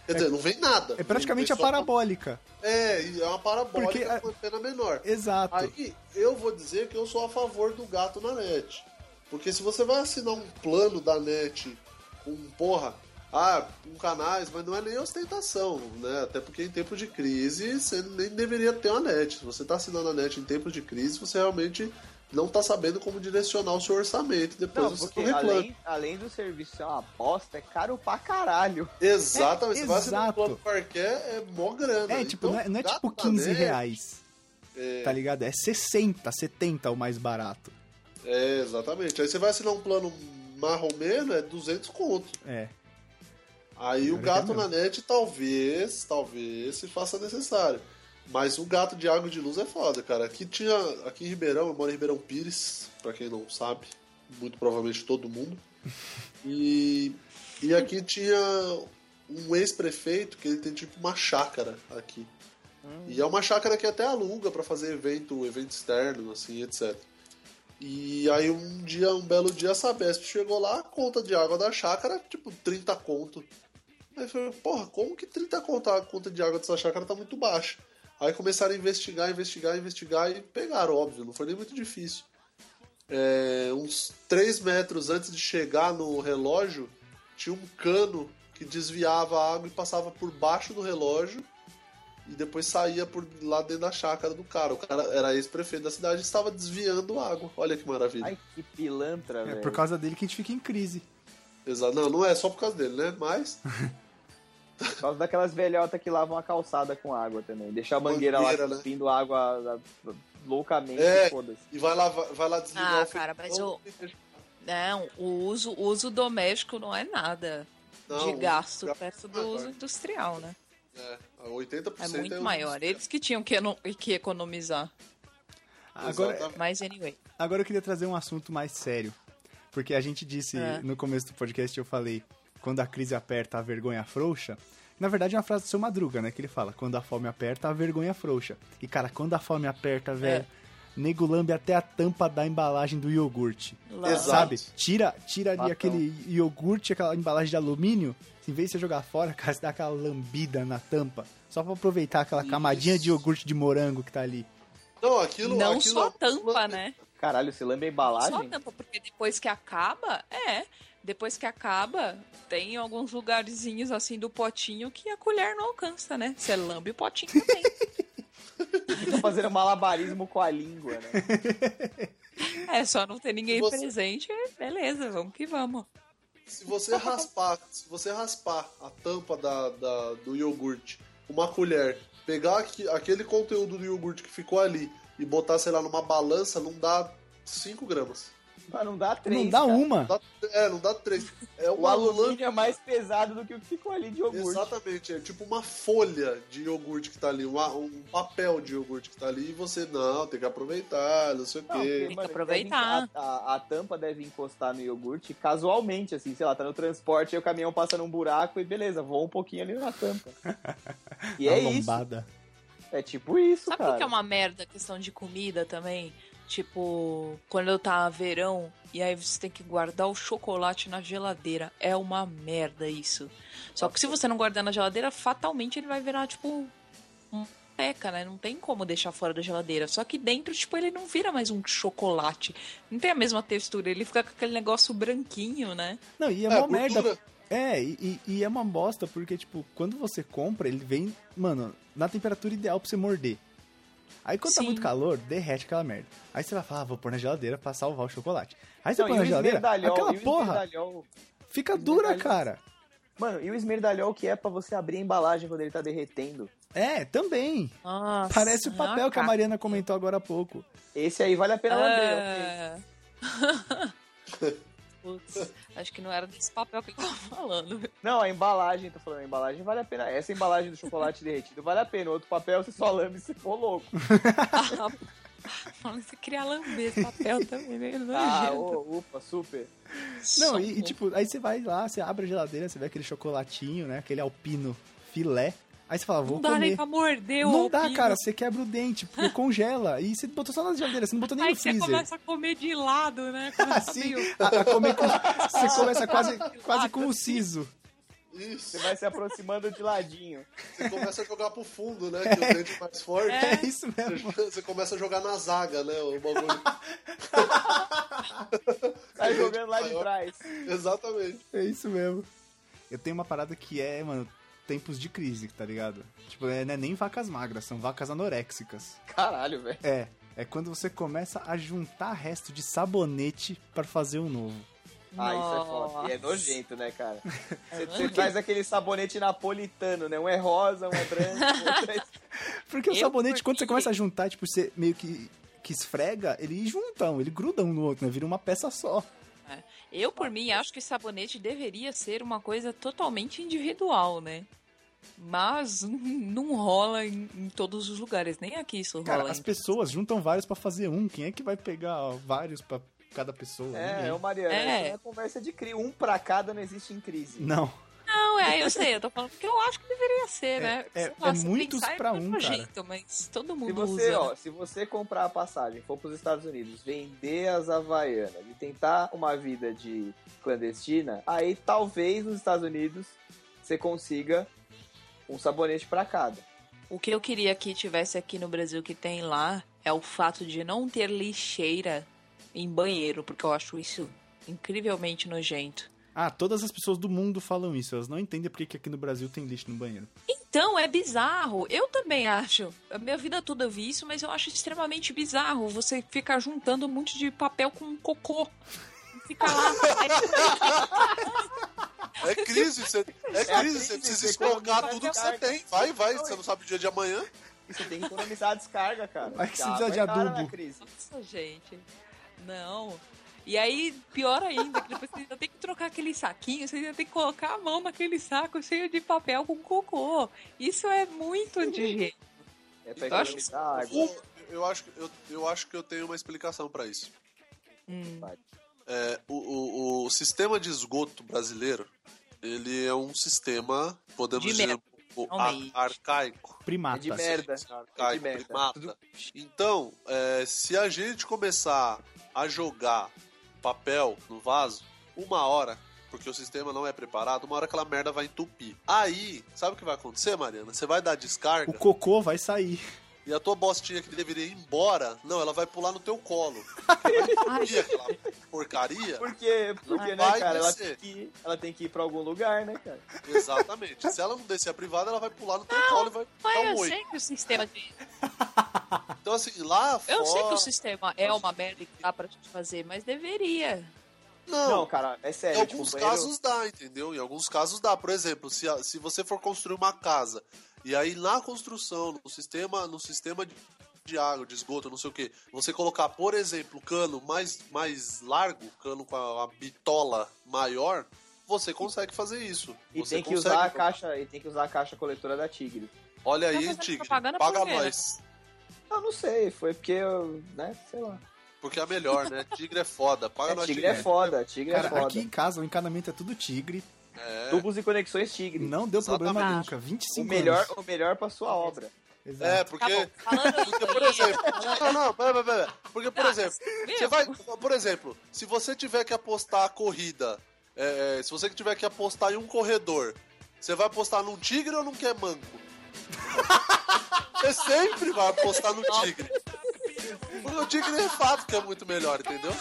[SPEAKER 1] Quer dizer, não vem nada.
[SPEAKER 2] É praticamente
[SPEAKER 1] Vem
[SPEAKER 2] a
[SPEAKER 1] só-
[SPEAKER 2] parabólica.
[SPEAKER 1] É, e é uma parabólica
[SPEAKER 2] Porque a-
[SPEAKER 1] com antena menor.
[SPEAKER 2] Exato. É,
[SPEAKER 1] Aí eu vou dizer que eu sou a favor do gato na net. Porque se você vai assinar um plano da net com, porra, ah, com canais, mas não é nem ostentação, né? Até porque em tempos de crise você nem deveria ter uma net. Se você tá assinando a net em tempos de crise, você realmente não tá sabendo como direcionar o seu orçamento. Depois
[SPEAKER 5] Não,
[SPEAKER 1] você
[SPEAKER 5] porque
[SPEAKER 1] não reclama.
[SPEAKER 5] além, além do serviço ser uma bosta, é caro pra caralho.
[SPEAKER 1] Exatamente. você vai assinar um
[SPEAKER 2] exato.
[SPEAKER 1] plano qualquer, é mó grana.
[SPEAKER 2] É, tipo,
[SPEAKER 1] Então,
[SPEAKER 2] não é, não é
[SPEAKER 1] gato
[SPEAKER 2] tipo
[SPEAKER 1] na
[SPEAKER 2] 15
[SPEAKER 1] net,
[SPEAKER 2] reais. Tá ligado? É 60, 70 o mais barato.
[SPEAKER 1] É, exatamente. Aí você vai assinar um plano marromeno, é 200 conto.
[SPEAKER 2] É.
[SPEAKER 1] Aí o
[SPEAKER 2] Cara,
[SPEAKER 1] gato
[SPEAKER 2] que é
[SPEAKER 1] na net talvez, talvez se faça necessário. Mas o gato de água e de luz é foda, cara. Aqui tinha, aqui em Ribeirão, eu moro em Ribeirão Pires, pra quem não sabe, muito provavelmente todo mundo. E, e aqui tinha um ex-prefeito que ele tem tipo uma chácara aqui. E é uma chácara que até aluga pra fazer evento, evento externo, assim, etc. E aí um dia, um belo dia, a Sabesp chegou lá, a conta de água da chácara, tipo, 30 conto. Aí eu falei, porra, como que 30 conto a conta de água dessa chácara tá muito baixa? Aí começaram a investigar, investigar, investigar e pegaram, óbvio, não foi nem muito difícil. É, uns 3 metros antes de chegar no relógio, tinha um cano que desviava a água e passava por baixo do relógio e depois saía por lá dentro da chácara do cara. O cara era ex-prefeito da cidade e estava desviando a água. Olha que maravilha.
[SPEAKER 5] Ai, que pilantra,
[SPEAKER 2] É
[SPEAKER 5] velho.
[SPEAKER 2] por causa dele que a gente fica em crise.
[SPEAKER 1] Exato. Não, não é só por causa dele, né? Mas.
[SPEAKER 5] Por causa daquelas velhotas que lavam a calçada com água também. Deixar a mangueira,
[SPEAKER 1] Mangueira,
[SPEAKER 5] lá
[SPEAKER 1] né?
[SPEAKER 5] cuspindo água ah, loucamente,
[SPEAKER 1] É.
[SPEAKER 5] foda-se.
[SPEAKER 1] E vai lá, vai lá desligar
[SPEAKER 3] Ah,
[SPEAKER 1] o
[SPEAKER 3] cara, mas
[SPEAKER 1] fogão.
[SPEAKER 3] Não, o uso, o uso doméstico não é nada
[SPEAKER 1] Não,
[SPEAKER 3] de gasto
[SPEAKER 1] o-
[SPEAKER 3] perto do uso industrial, né?
[SPEAKER 1] É, 80%
[SPEAKER 3] É
[SPEAKER 1] o-
[SPEAKER 3] muito maior. Eles que tinham que, eno- que economizar.
[SPEAKER 2] Agora,
[SPEAKER 1] Exatamente.
[SPEAKER 3] Mas, anyway.
[SPEAKER 2] Agora eu queria trazer um assunto mais sério. Porque a gente disse
[SPEAKER 3] É.
[SPEAKER 2] no começo do podcast, eu falei, quando a crise aperta, a vergonha frouxa. Na verdade é uma frase do seu Madruga, né? Que ele fala, quando a fome aperta, a vergonha frouxa. E cara, quando a fome aperta, velho, nego lambe até a tampa da embalagem do iogurte.
[SPEAKER 3] Lá-
[SPEAKER 1] Exato.
[SPEAKER 2] Sabe? Tira, tira ali
[SPEAKER 5] Matão.
[SPEAKER 4] tá.
[SPEAKER 2] aquele iogurte, aquela embalagem de alumínio. Em vez de você jogar fora, cara, você dá aquela lambida na tampa. Só pra aproveitar aquela camadinha de iogurte de morango que tá ali.
[SPEAKER 1] Não, aquilo.
[SPEAKER 3] Não
[SPEAKER 1] aquilo
[SPEAKER 3] só
[SPEAKER 1] é
[SPEAKER 3] a
[SPEAKER 1] um
[SPEAKER 3] tampa,
[SPEAKER 1] lance-
[SPEAKER 3] né?
[SPEAKER 5] Caralho, você lambe a
[SPEAKER 3] Só a
[SPEAKER 5] embalagem?
[SPEAKER 3] tampa, porque depois que acaba, é. Depois que acaba, tem alguns lugarzinhos assim do potinho que a colher não alcança, né? Você lambe o potinho também.
[SPEAKER 5] Tô tá fazendo malabarismo com a língua, né?
[SPEAKER 3] é, só não ter ninguém
[SPEAKER 1] Você-
[SPEAKER 3] presente, é, beleza, vamos que vamos.
[SPEAKER 1] Se você raspar, se você raspar a tampa da, da- do iogurte com uma colher, pegar aque- aquele conteúdo do iogurte que ficou ali e botar, sei lá, numa balança, não dá 5 gramas.
[SPEAKER 4] Mas não dá três.
[SPEAKER 2] não dá
[SPEAKER 4] cara.
[SPEAKER 2] uma.
[SPEAKER 1] Dá- é, não dá três. É
[SPEAKER 4] O
[SPEAKER 1] o alulante.
[SPEAKER 4] alumínio é mais pesado do que o que ficou ali de iogurte.
[SPEAKER 1] Exatamente, é tipo uma folha de iogurte que tá ali, uma- um papel de iogurte que tá ali, e você, não, tem que aproveitar, não sei o
[SPEAKER 4] Não,
[SPEAKER 1] quê.
[SPEAKER 4] porque,
[SPEAKER 3] que aproveitar.
[SPEAKER 4] deve- a, a- a tampa deve encostar no iogurte casualmente, assim, sei lá, tá no transporte, aí o caminhão passa num buraco e beleza, voa um pouquinho ali na tampa. E
[SPEAKER 2] A
[SPEAKER 4] é
[SPEAKER 2] lombada.
[SPEAKER 4] isso. É tipo isso,
[SPEAKER 3] Sabe o
[SPEAKER 4] cara.
[SPEAKER 3] que é uma merda a questão de comida também? Tipo, quando tá verão e aí você tem que guardar o chocolate na geladeira. É uma merda isso. Só que se você não guardar na geladeira, fatalmente ele vai virar, tipo, um peca, né? Não tem como deixar fora da geladeira. Só que dentro, tipo, ele não vira mais um chocolate. Não tem a mesma textura. Ele fica com aquele negócio branquinho, né?
[SPEAKER 2] Não, e é,
[SPEAKER 1] É,
[SPEAKER 2] uma merda.
[SPEAKER 1] gordura.
[SPEAKER 2] É, e, e- e é uma bosta, porque, tipo, quando você compra, ele vem, mano, na temperatura ideal pra você morder. Aí quando tá
[SPEAKER 3] Sim.
[SPEAKER 2] muito calor, derrete aquela merda. Aí você vai falar, ah, vou pôr na geladeira pra salvar o chocolate. Aí você
[SPEAKER 4] Não,
[SPEAKER 2] põe
[SPEAKER 4] e
[SPEAKER 2] na
[SPEAKER 4] o
[SPEAKER 2] geladeira,
[SPEAKER 4] esmerdalhol,
[SPEAKER 2] aquela
[SPEAKER 4] e o
[SPEAKER 2] porra
[SPEAKER 4] esmerdalhol-
[SPEAKER 2] fica
[SPEAKER 4] os
[SPEAKER 2] dura,
[SPEAKER 4] medalhões-
[SPEAKER 2] cara.
[SPEAKER 4] Mano, e o esmerdalhol que é pra você abrir a embalagem quando ele tá derretendo?
[SPEAKER 2] É, também.
[SPEAKER 3] Nossa,
[SPEAKER 2] Parece o papel que a
[SPEAKER 3] Maria
[SPEAKER 2] Mariana comentou agora há pouco.
[SPEAKER 4] Esse aí vale a pena lamber,
[SPEAKER 3] Ah. Putz, acho que não era desse papel que ele tava falando.
[SPEAKER 4] ok? Não, a embalagem, tô falando, a embalagem vale a pena. Essa embalagem do chocolate derretido vale a pena. Outro papel você só lambe se for louco.
[SPEAKER 3] Falando que você queria lamber esse papel também, né? meio
[SPEAKER 4] Ah,
[SPEAKER 3] nojento.
[SPEAKER 4] ô, ufa, super.
[SPEAKER 2] Não,
[SPEAKER 3] Só
[SPEAKER 2] e, e,
[SPEAKER 3] um-
[SPEAKER 2] tipo, aí você vai lá, você abre a geladeira, você vê aquele chocolatinho, né? Aquele alpino filé. Aí você fala, vou
[SPEAKER 3] Não dá
[SPEAKER 2] comer.
[SPEAKER 3] nem pra morder o
[SPEAKER 2] Não dá,
[SPEAKER 3] alpino.
[SPEAKER 2] cara, você quebra o dente, porque congela. E você botou só na geladeira, você não botou nem
[SPEAKER 3] Aí
[SPEAKER 2] no
[SPEAKER 3] você
[SPEAKER 2] freezer.
[SPEAKER 3] começa a comer de lado, né? Começa
[SPEAKER 2] Assim,
[SPEAKER 3] meio-
[SPEAKER 2] a, a comer com, você começa quase, quase com o siso.
[SPEAKER 1] Isso,
[SPEAKER 4] Você vai se aproximando de ladinho.
[SPEAKER 1] você começa a jogar pro fundo, né? Que o dente é mais forte.
[SPEAKER 3] É.
[SPEAKER 2] É isso mesmo.
[SPEAKER 1] Você começa a jogar na zaga, né? O bagulho.
[SPEAKER 4] Sai Tá jogando lá de trás.
[SPEAKER 1] Exatamente.
[SPEAKER 2] É isso mesmo. Eu tenho uma parada que é, mano, tempos de crise, tá ligado? Tipo, é- não é nem vacas magras, são vacas anoréxicas.
[SPEAKER 4] Caralho, velho.
[SPEAKER 2] É, é quando você começa a juntar resto de sabonete pra fazer um novo.
[SPEAKER 4] Ah, isso é foda. E é
[SPEAKER 3] Nossa.
[SPEAKER 4] nojento, né,
[SPEAKER 2] É
[SPEAKER 4] cara? Você, você
[SPEAKER 3] nojento.
[SPEAKER 4] faz aquele sabonete napolitano, né? Um é rosa, um é branco, outro é...
[SPEAKER 2] Porque o
[SPEAKER 3] Eu,
[SPEAKER 2] sabonete,
[SPEAKER 3] por
[SPEAKER 2] quando você
[SPEAKER 3] mim-
[SPEAKER 2] começa a juntar, tipo, você meio que, que esfrega, ele junta um, ele gruda um no outro, né? Vira uma peça só.
[SPEAKER 3] Eu, por mim, acho que sabonete deveria ser uma coisa totalmente individual, né? Mas n- não rola em, em todos os lugares. Nem aqui isso
[SPEAKER 2] Cara,
[SPEAKER 3] rola.
[SPEAKER 2] as
[SPEAKER 3] hein?
[SPEAKER 2] pessoas juntam vários pra fazer um. Quem é que vai pegar ó, vários pra cada pessoa?
[SPEAKER 4] É,
[SPEAKER 2] Ninguém.
[SPEAKER 4] é o Mariana.
[SPEAKER 3] É.
[SPEAKER 4] É. é conversa de crise. Um pra cada não existe em crise.
[SPEAKER 2] Não.
[SPEAKER 3] Não, é, eu sei, eu tô falando porque eu acho que deveria ser, né?
[SPEAKER 2] é-
[SPEAKER 3] Sei lá,
[SPEAKER 2] é
[SPEAKER 3] se
[SPEAKER 2] muitos
[SPEAKER 3] pensar, é
[SPEAKER 2] pra
[SPEAKER 3] do
[SPEAKER 2] um,
[SPEAKER 3] mesmo
[SPEAKER 2] cara.
[SPEAKER 3] jeito, mas todo
[SPEAKER 4] Se
[SPEAKER 3] mundo
[SPEAKER 4] você,
[SPEAKER 3] usa. né?
[SPEAKER 4] ó, se você comprar a passagem, for pros Estados Unidos, vender as Havaianas e tentar uma vida de clandestina, aí talvez nos Estados Unidos você consiga um sabonete pra cada.
[SPEAKER 3] O que eu queria que tivesse aqui no Brasil que tem lá é o fato de não ter lixeira em banheiro, porque eu acho isso incrivelmente nojento.
[SPEAKER 2] Ah, todas as pessoas do mundo falam isso. Elas não entendem porque que aqui no Brasil tem lixo no banheiro.
[SPEAKER 3] Então, é bizarro. Eu também acho. A minha vida toda eu vi isso, mas eu acho extremamente bizarro você ficar juntando um monte de papel com um cocô. Fica lá.
[SPEAKER 1] É crise, você, é crise, você precisa escrocar tudo que você tem. Vai, vai, você não sabe o dia de amanhã.
[SPEAKER 4] E você tem que economizar a descarga, cara.
[SPEAKER 2] Vai que
[SPEAKER 4] Já
[SPEAKER 2] precisa de
[SPEAKER 4] vai cara
[SPEAKER 2] adubo.
[SPEAKER 4] na crise.
[SPEAKER 3] Nossa, gente. Não. E aí, pior ainda, que depois você ainda tem que trocar aquele saquinho, você ainda tem que colocar a mão naquele saco cheio de papel com cocô. Isso é muito antigênico.
[SPEAKER 1] Então,
[SPEAKER 4] É pra
[SPEAKER 3] Eu acho que
[SPEAKER 4] economizar água.
[SPEAKER 1] Um, eu, acho, que- eu, eu acho que eu tenho uma explicação pra isso.
[SPEAKER 3] Hum.
[SPEAKER 1] É, o, o- o sistema de esgoto brasileiro, ele é um sistema, podemos
[SPEAKER 3] De
[SPEAKER 1] dizer,
[SPEAKER 3] merda,
[SPEAKER 1] um pouco
[SPEAKER 3] realmente.
[SPEAKER 1] ar- arcaico.
[SPEAKER 4] É de
[SPEAKER 2] Primatas.
[SPEAKER 4] merda. É de
[SPEAKER 1] arcaico,
[SPEAKER 4] merda.
[SPEAKER 1] primata.
[SPEAKER 4] Tudo-
[SPEAKER 1] Então, é, se a gente começar a jogar papel no vaso, uma hora, porque o sistema não é preparado, uma hora aquela merda vai entupir. Aí, sabe o que vai acontecer, Mariana? Você vai dar descarga
[SPEAKER 2] o cocô vai sair.
[SPEAKER 1] e a tua bostinha que deveria ir embora, não, ela vai pular no teu colo. E aquela porcaria,
[SPEAKER 4] Porque, porque né,
[SPEAKER 1] Vai
[SPEAKER 4] cara, ela
[SPEAKER 1] descer.
[SPEAKER 4] tem, que ir, ela tem que ir pra algum lugar, né, cara?
[SPEAKER 1] exatamente. Se ela não descer a privada, ela vai pular no teu colo e vai
[SPEAKER 3] Mas
[SPEAKER 1] dar um
[SPEAKER 3] eu
[SPEAKER 1] oi.
[SPEAKER 3] sei que o sistema de-
[SPEAKER 1] Então, assim, lá fora...
[SPEAKER 3] Eu sei que o sistema é uma merda que dá pra gente fazer, mas deveria.
[SPEAKER 4] Não,
[SPEAKER 1] Não,
[SPEAKER 4] cara, é
[SPEAKER 1] Em
[SPEAKER 4] sério.
[SPEAKER 1] alguns
[SPEAKER 4] tipo, banheiro-
[SPEAKER 1] casos dá, entendeu? Em alguns casos dá. Por exemplo, se, a- se você for construir uma casa e aí na construção, no sistema, no sistema de de água, de esgoto, não sei o quê, você colocar, por exemplo, cano mais, mais largo, cano com a, a bitola maior, você consegue fazer isso.
[SPEAKER 4] E
[SPEAKER 1] Você
[SPEAKER 4] tem que
[SPEAKER 1] consegue- né?
[SPEAKER 4] usar a caixa, e tem que usar a caixa coletora da Tigre.
[SPEAKER 1] Olha
[SPEAKER 3] Tá
[SPEAKER 1] aí,
[SPEAKER 3] fazendo
[SPEAKER 1] Tigre,
[SPEAKER 3] propaganda
[SPEAKER 1] paga
[SPEAKER 3] por quê, né?
[SPEAKER 1] nós.
[SPEAKER 4] Eu não sei, foi porque eu, né, sei lá.
[SPEAKER 1] Porque é a melhor, né? Tigre é foda. Paga
[SPEAKER 4] É,
[SPEAKER 1] nós,
[SPEAKER 4] tigre é foda, tigre é
[SPEAKER 2] Cara,
[SPEAKER 4] foda.
[SPEAKER 2] aqui em casa o encanamento é tudo tigre.
[SPEAKER 1] É.
[SPEAKER 4] Tubos e conexões tigre.
[SPEAKER 2] Não deu problema
[SPEAKER 1] Exatamente.
[SPEAKER 2] nunca.
[SPEAKER 4] tá- O
[SPEAKER 2] 25
[SPEAKER 4] melhor,
[SPEAKER 2] anos.
[SPEAKER 4] o melhor pra sua obra.
[SPEAKER 2] Exato.
[SPEAKER 1] É,
[SPEAKER 3] Tá
[SPEAKER 1] porque.
[SPEAKER 3] bom, falando
[SPEAKER 1] Porque, por exemplo. Não, não, pera, pera, pera. Porque, por
[SPEAKER 4] Ah,
[SPEAKER 3] Não,
[SPEAKER 1] exemplo,
[SPEAKER 3] Viu?
[SPEAKER 1] você vai. Por exemplo, se você tiver que apostar a corrida, é, é, se você tiver que apostar em um corredor, você vai apostar num tigre ou num que é manco? Você sempre vai apostar no tigre. Porque o tigre é fato que é muito melhor, entendeu?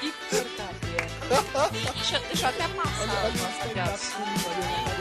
[SPEAKER 3] Que porcaria. Deixa, deixa eu até passar. Nossa, que absurdo.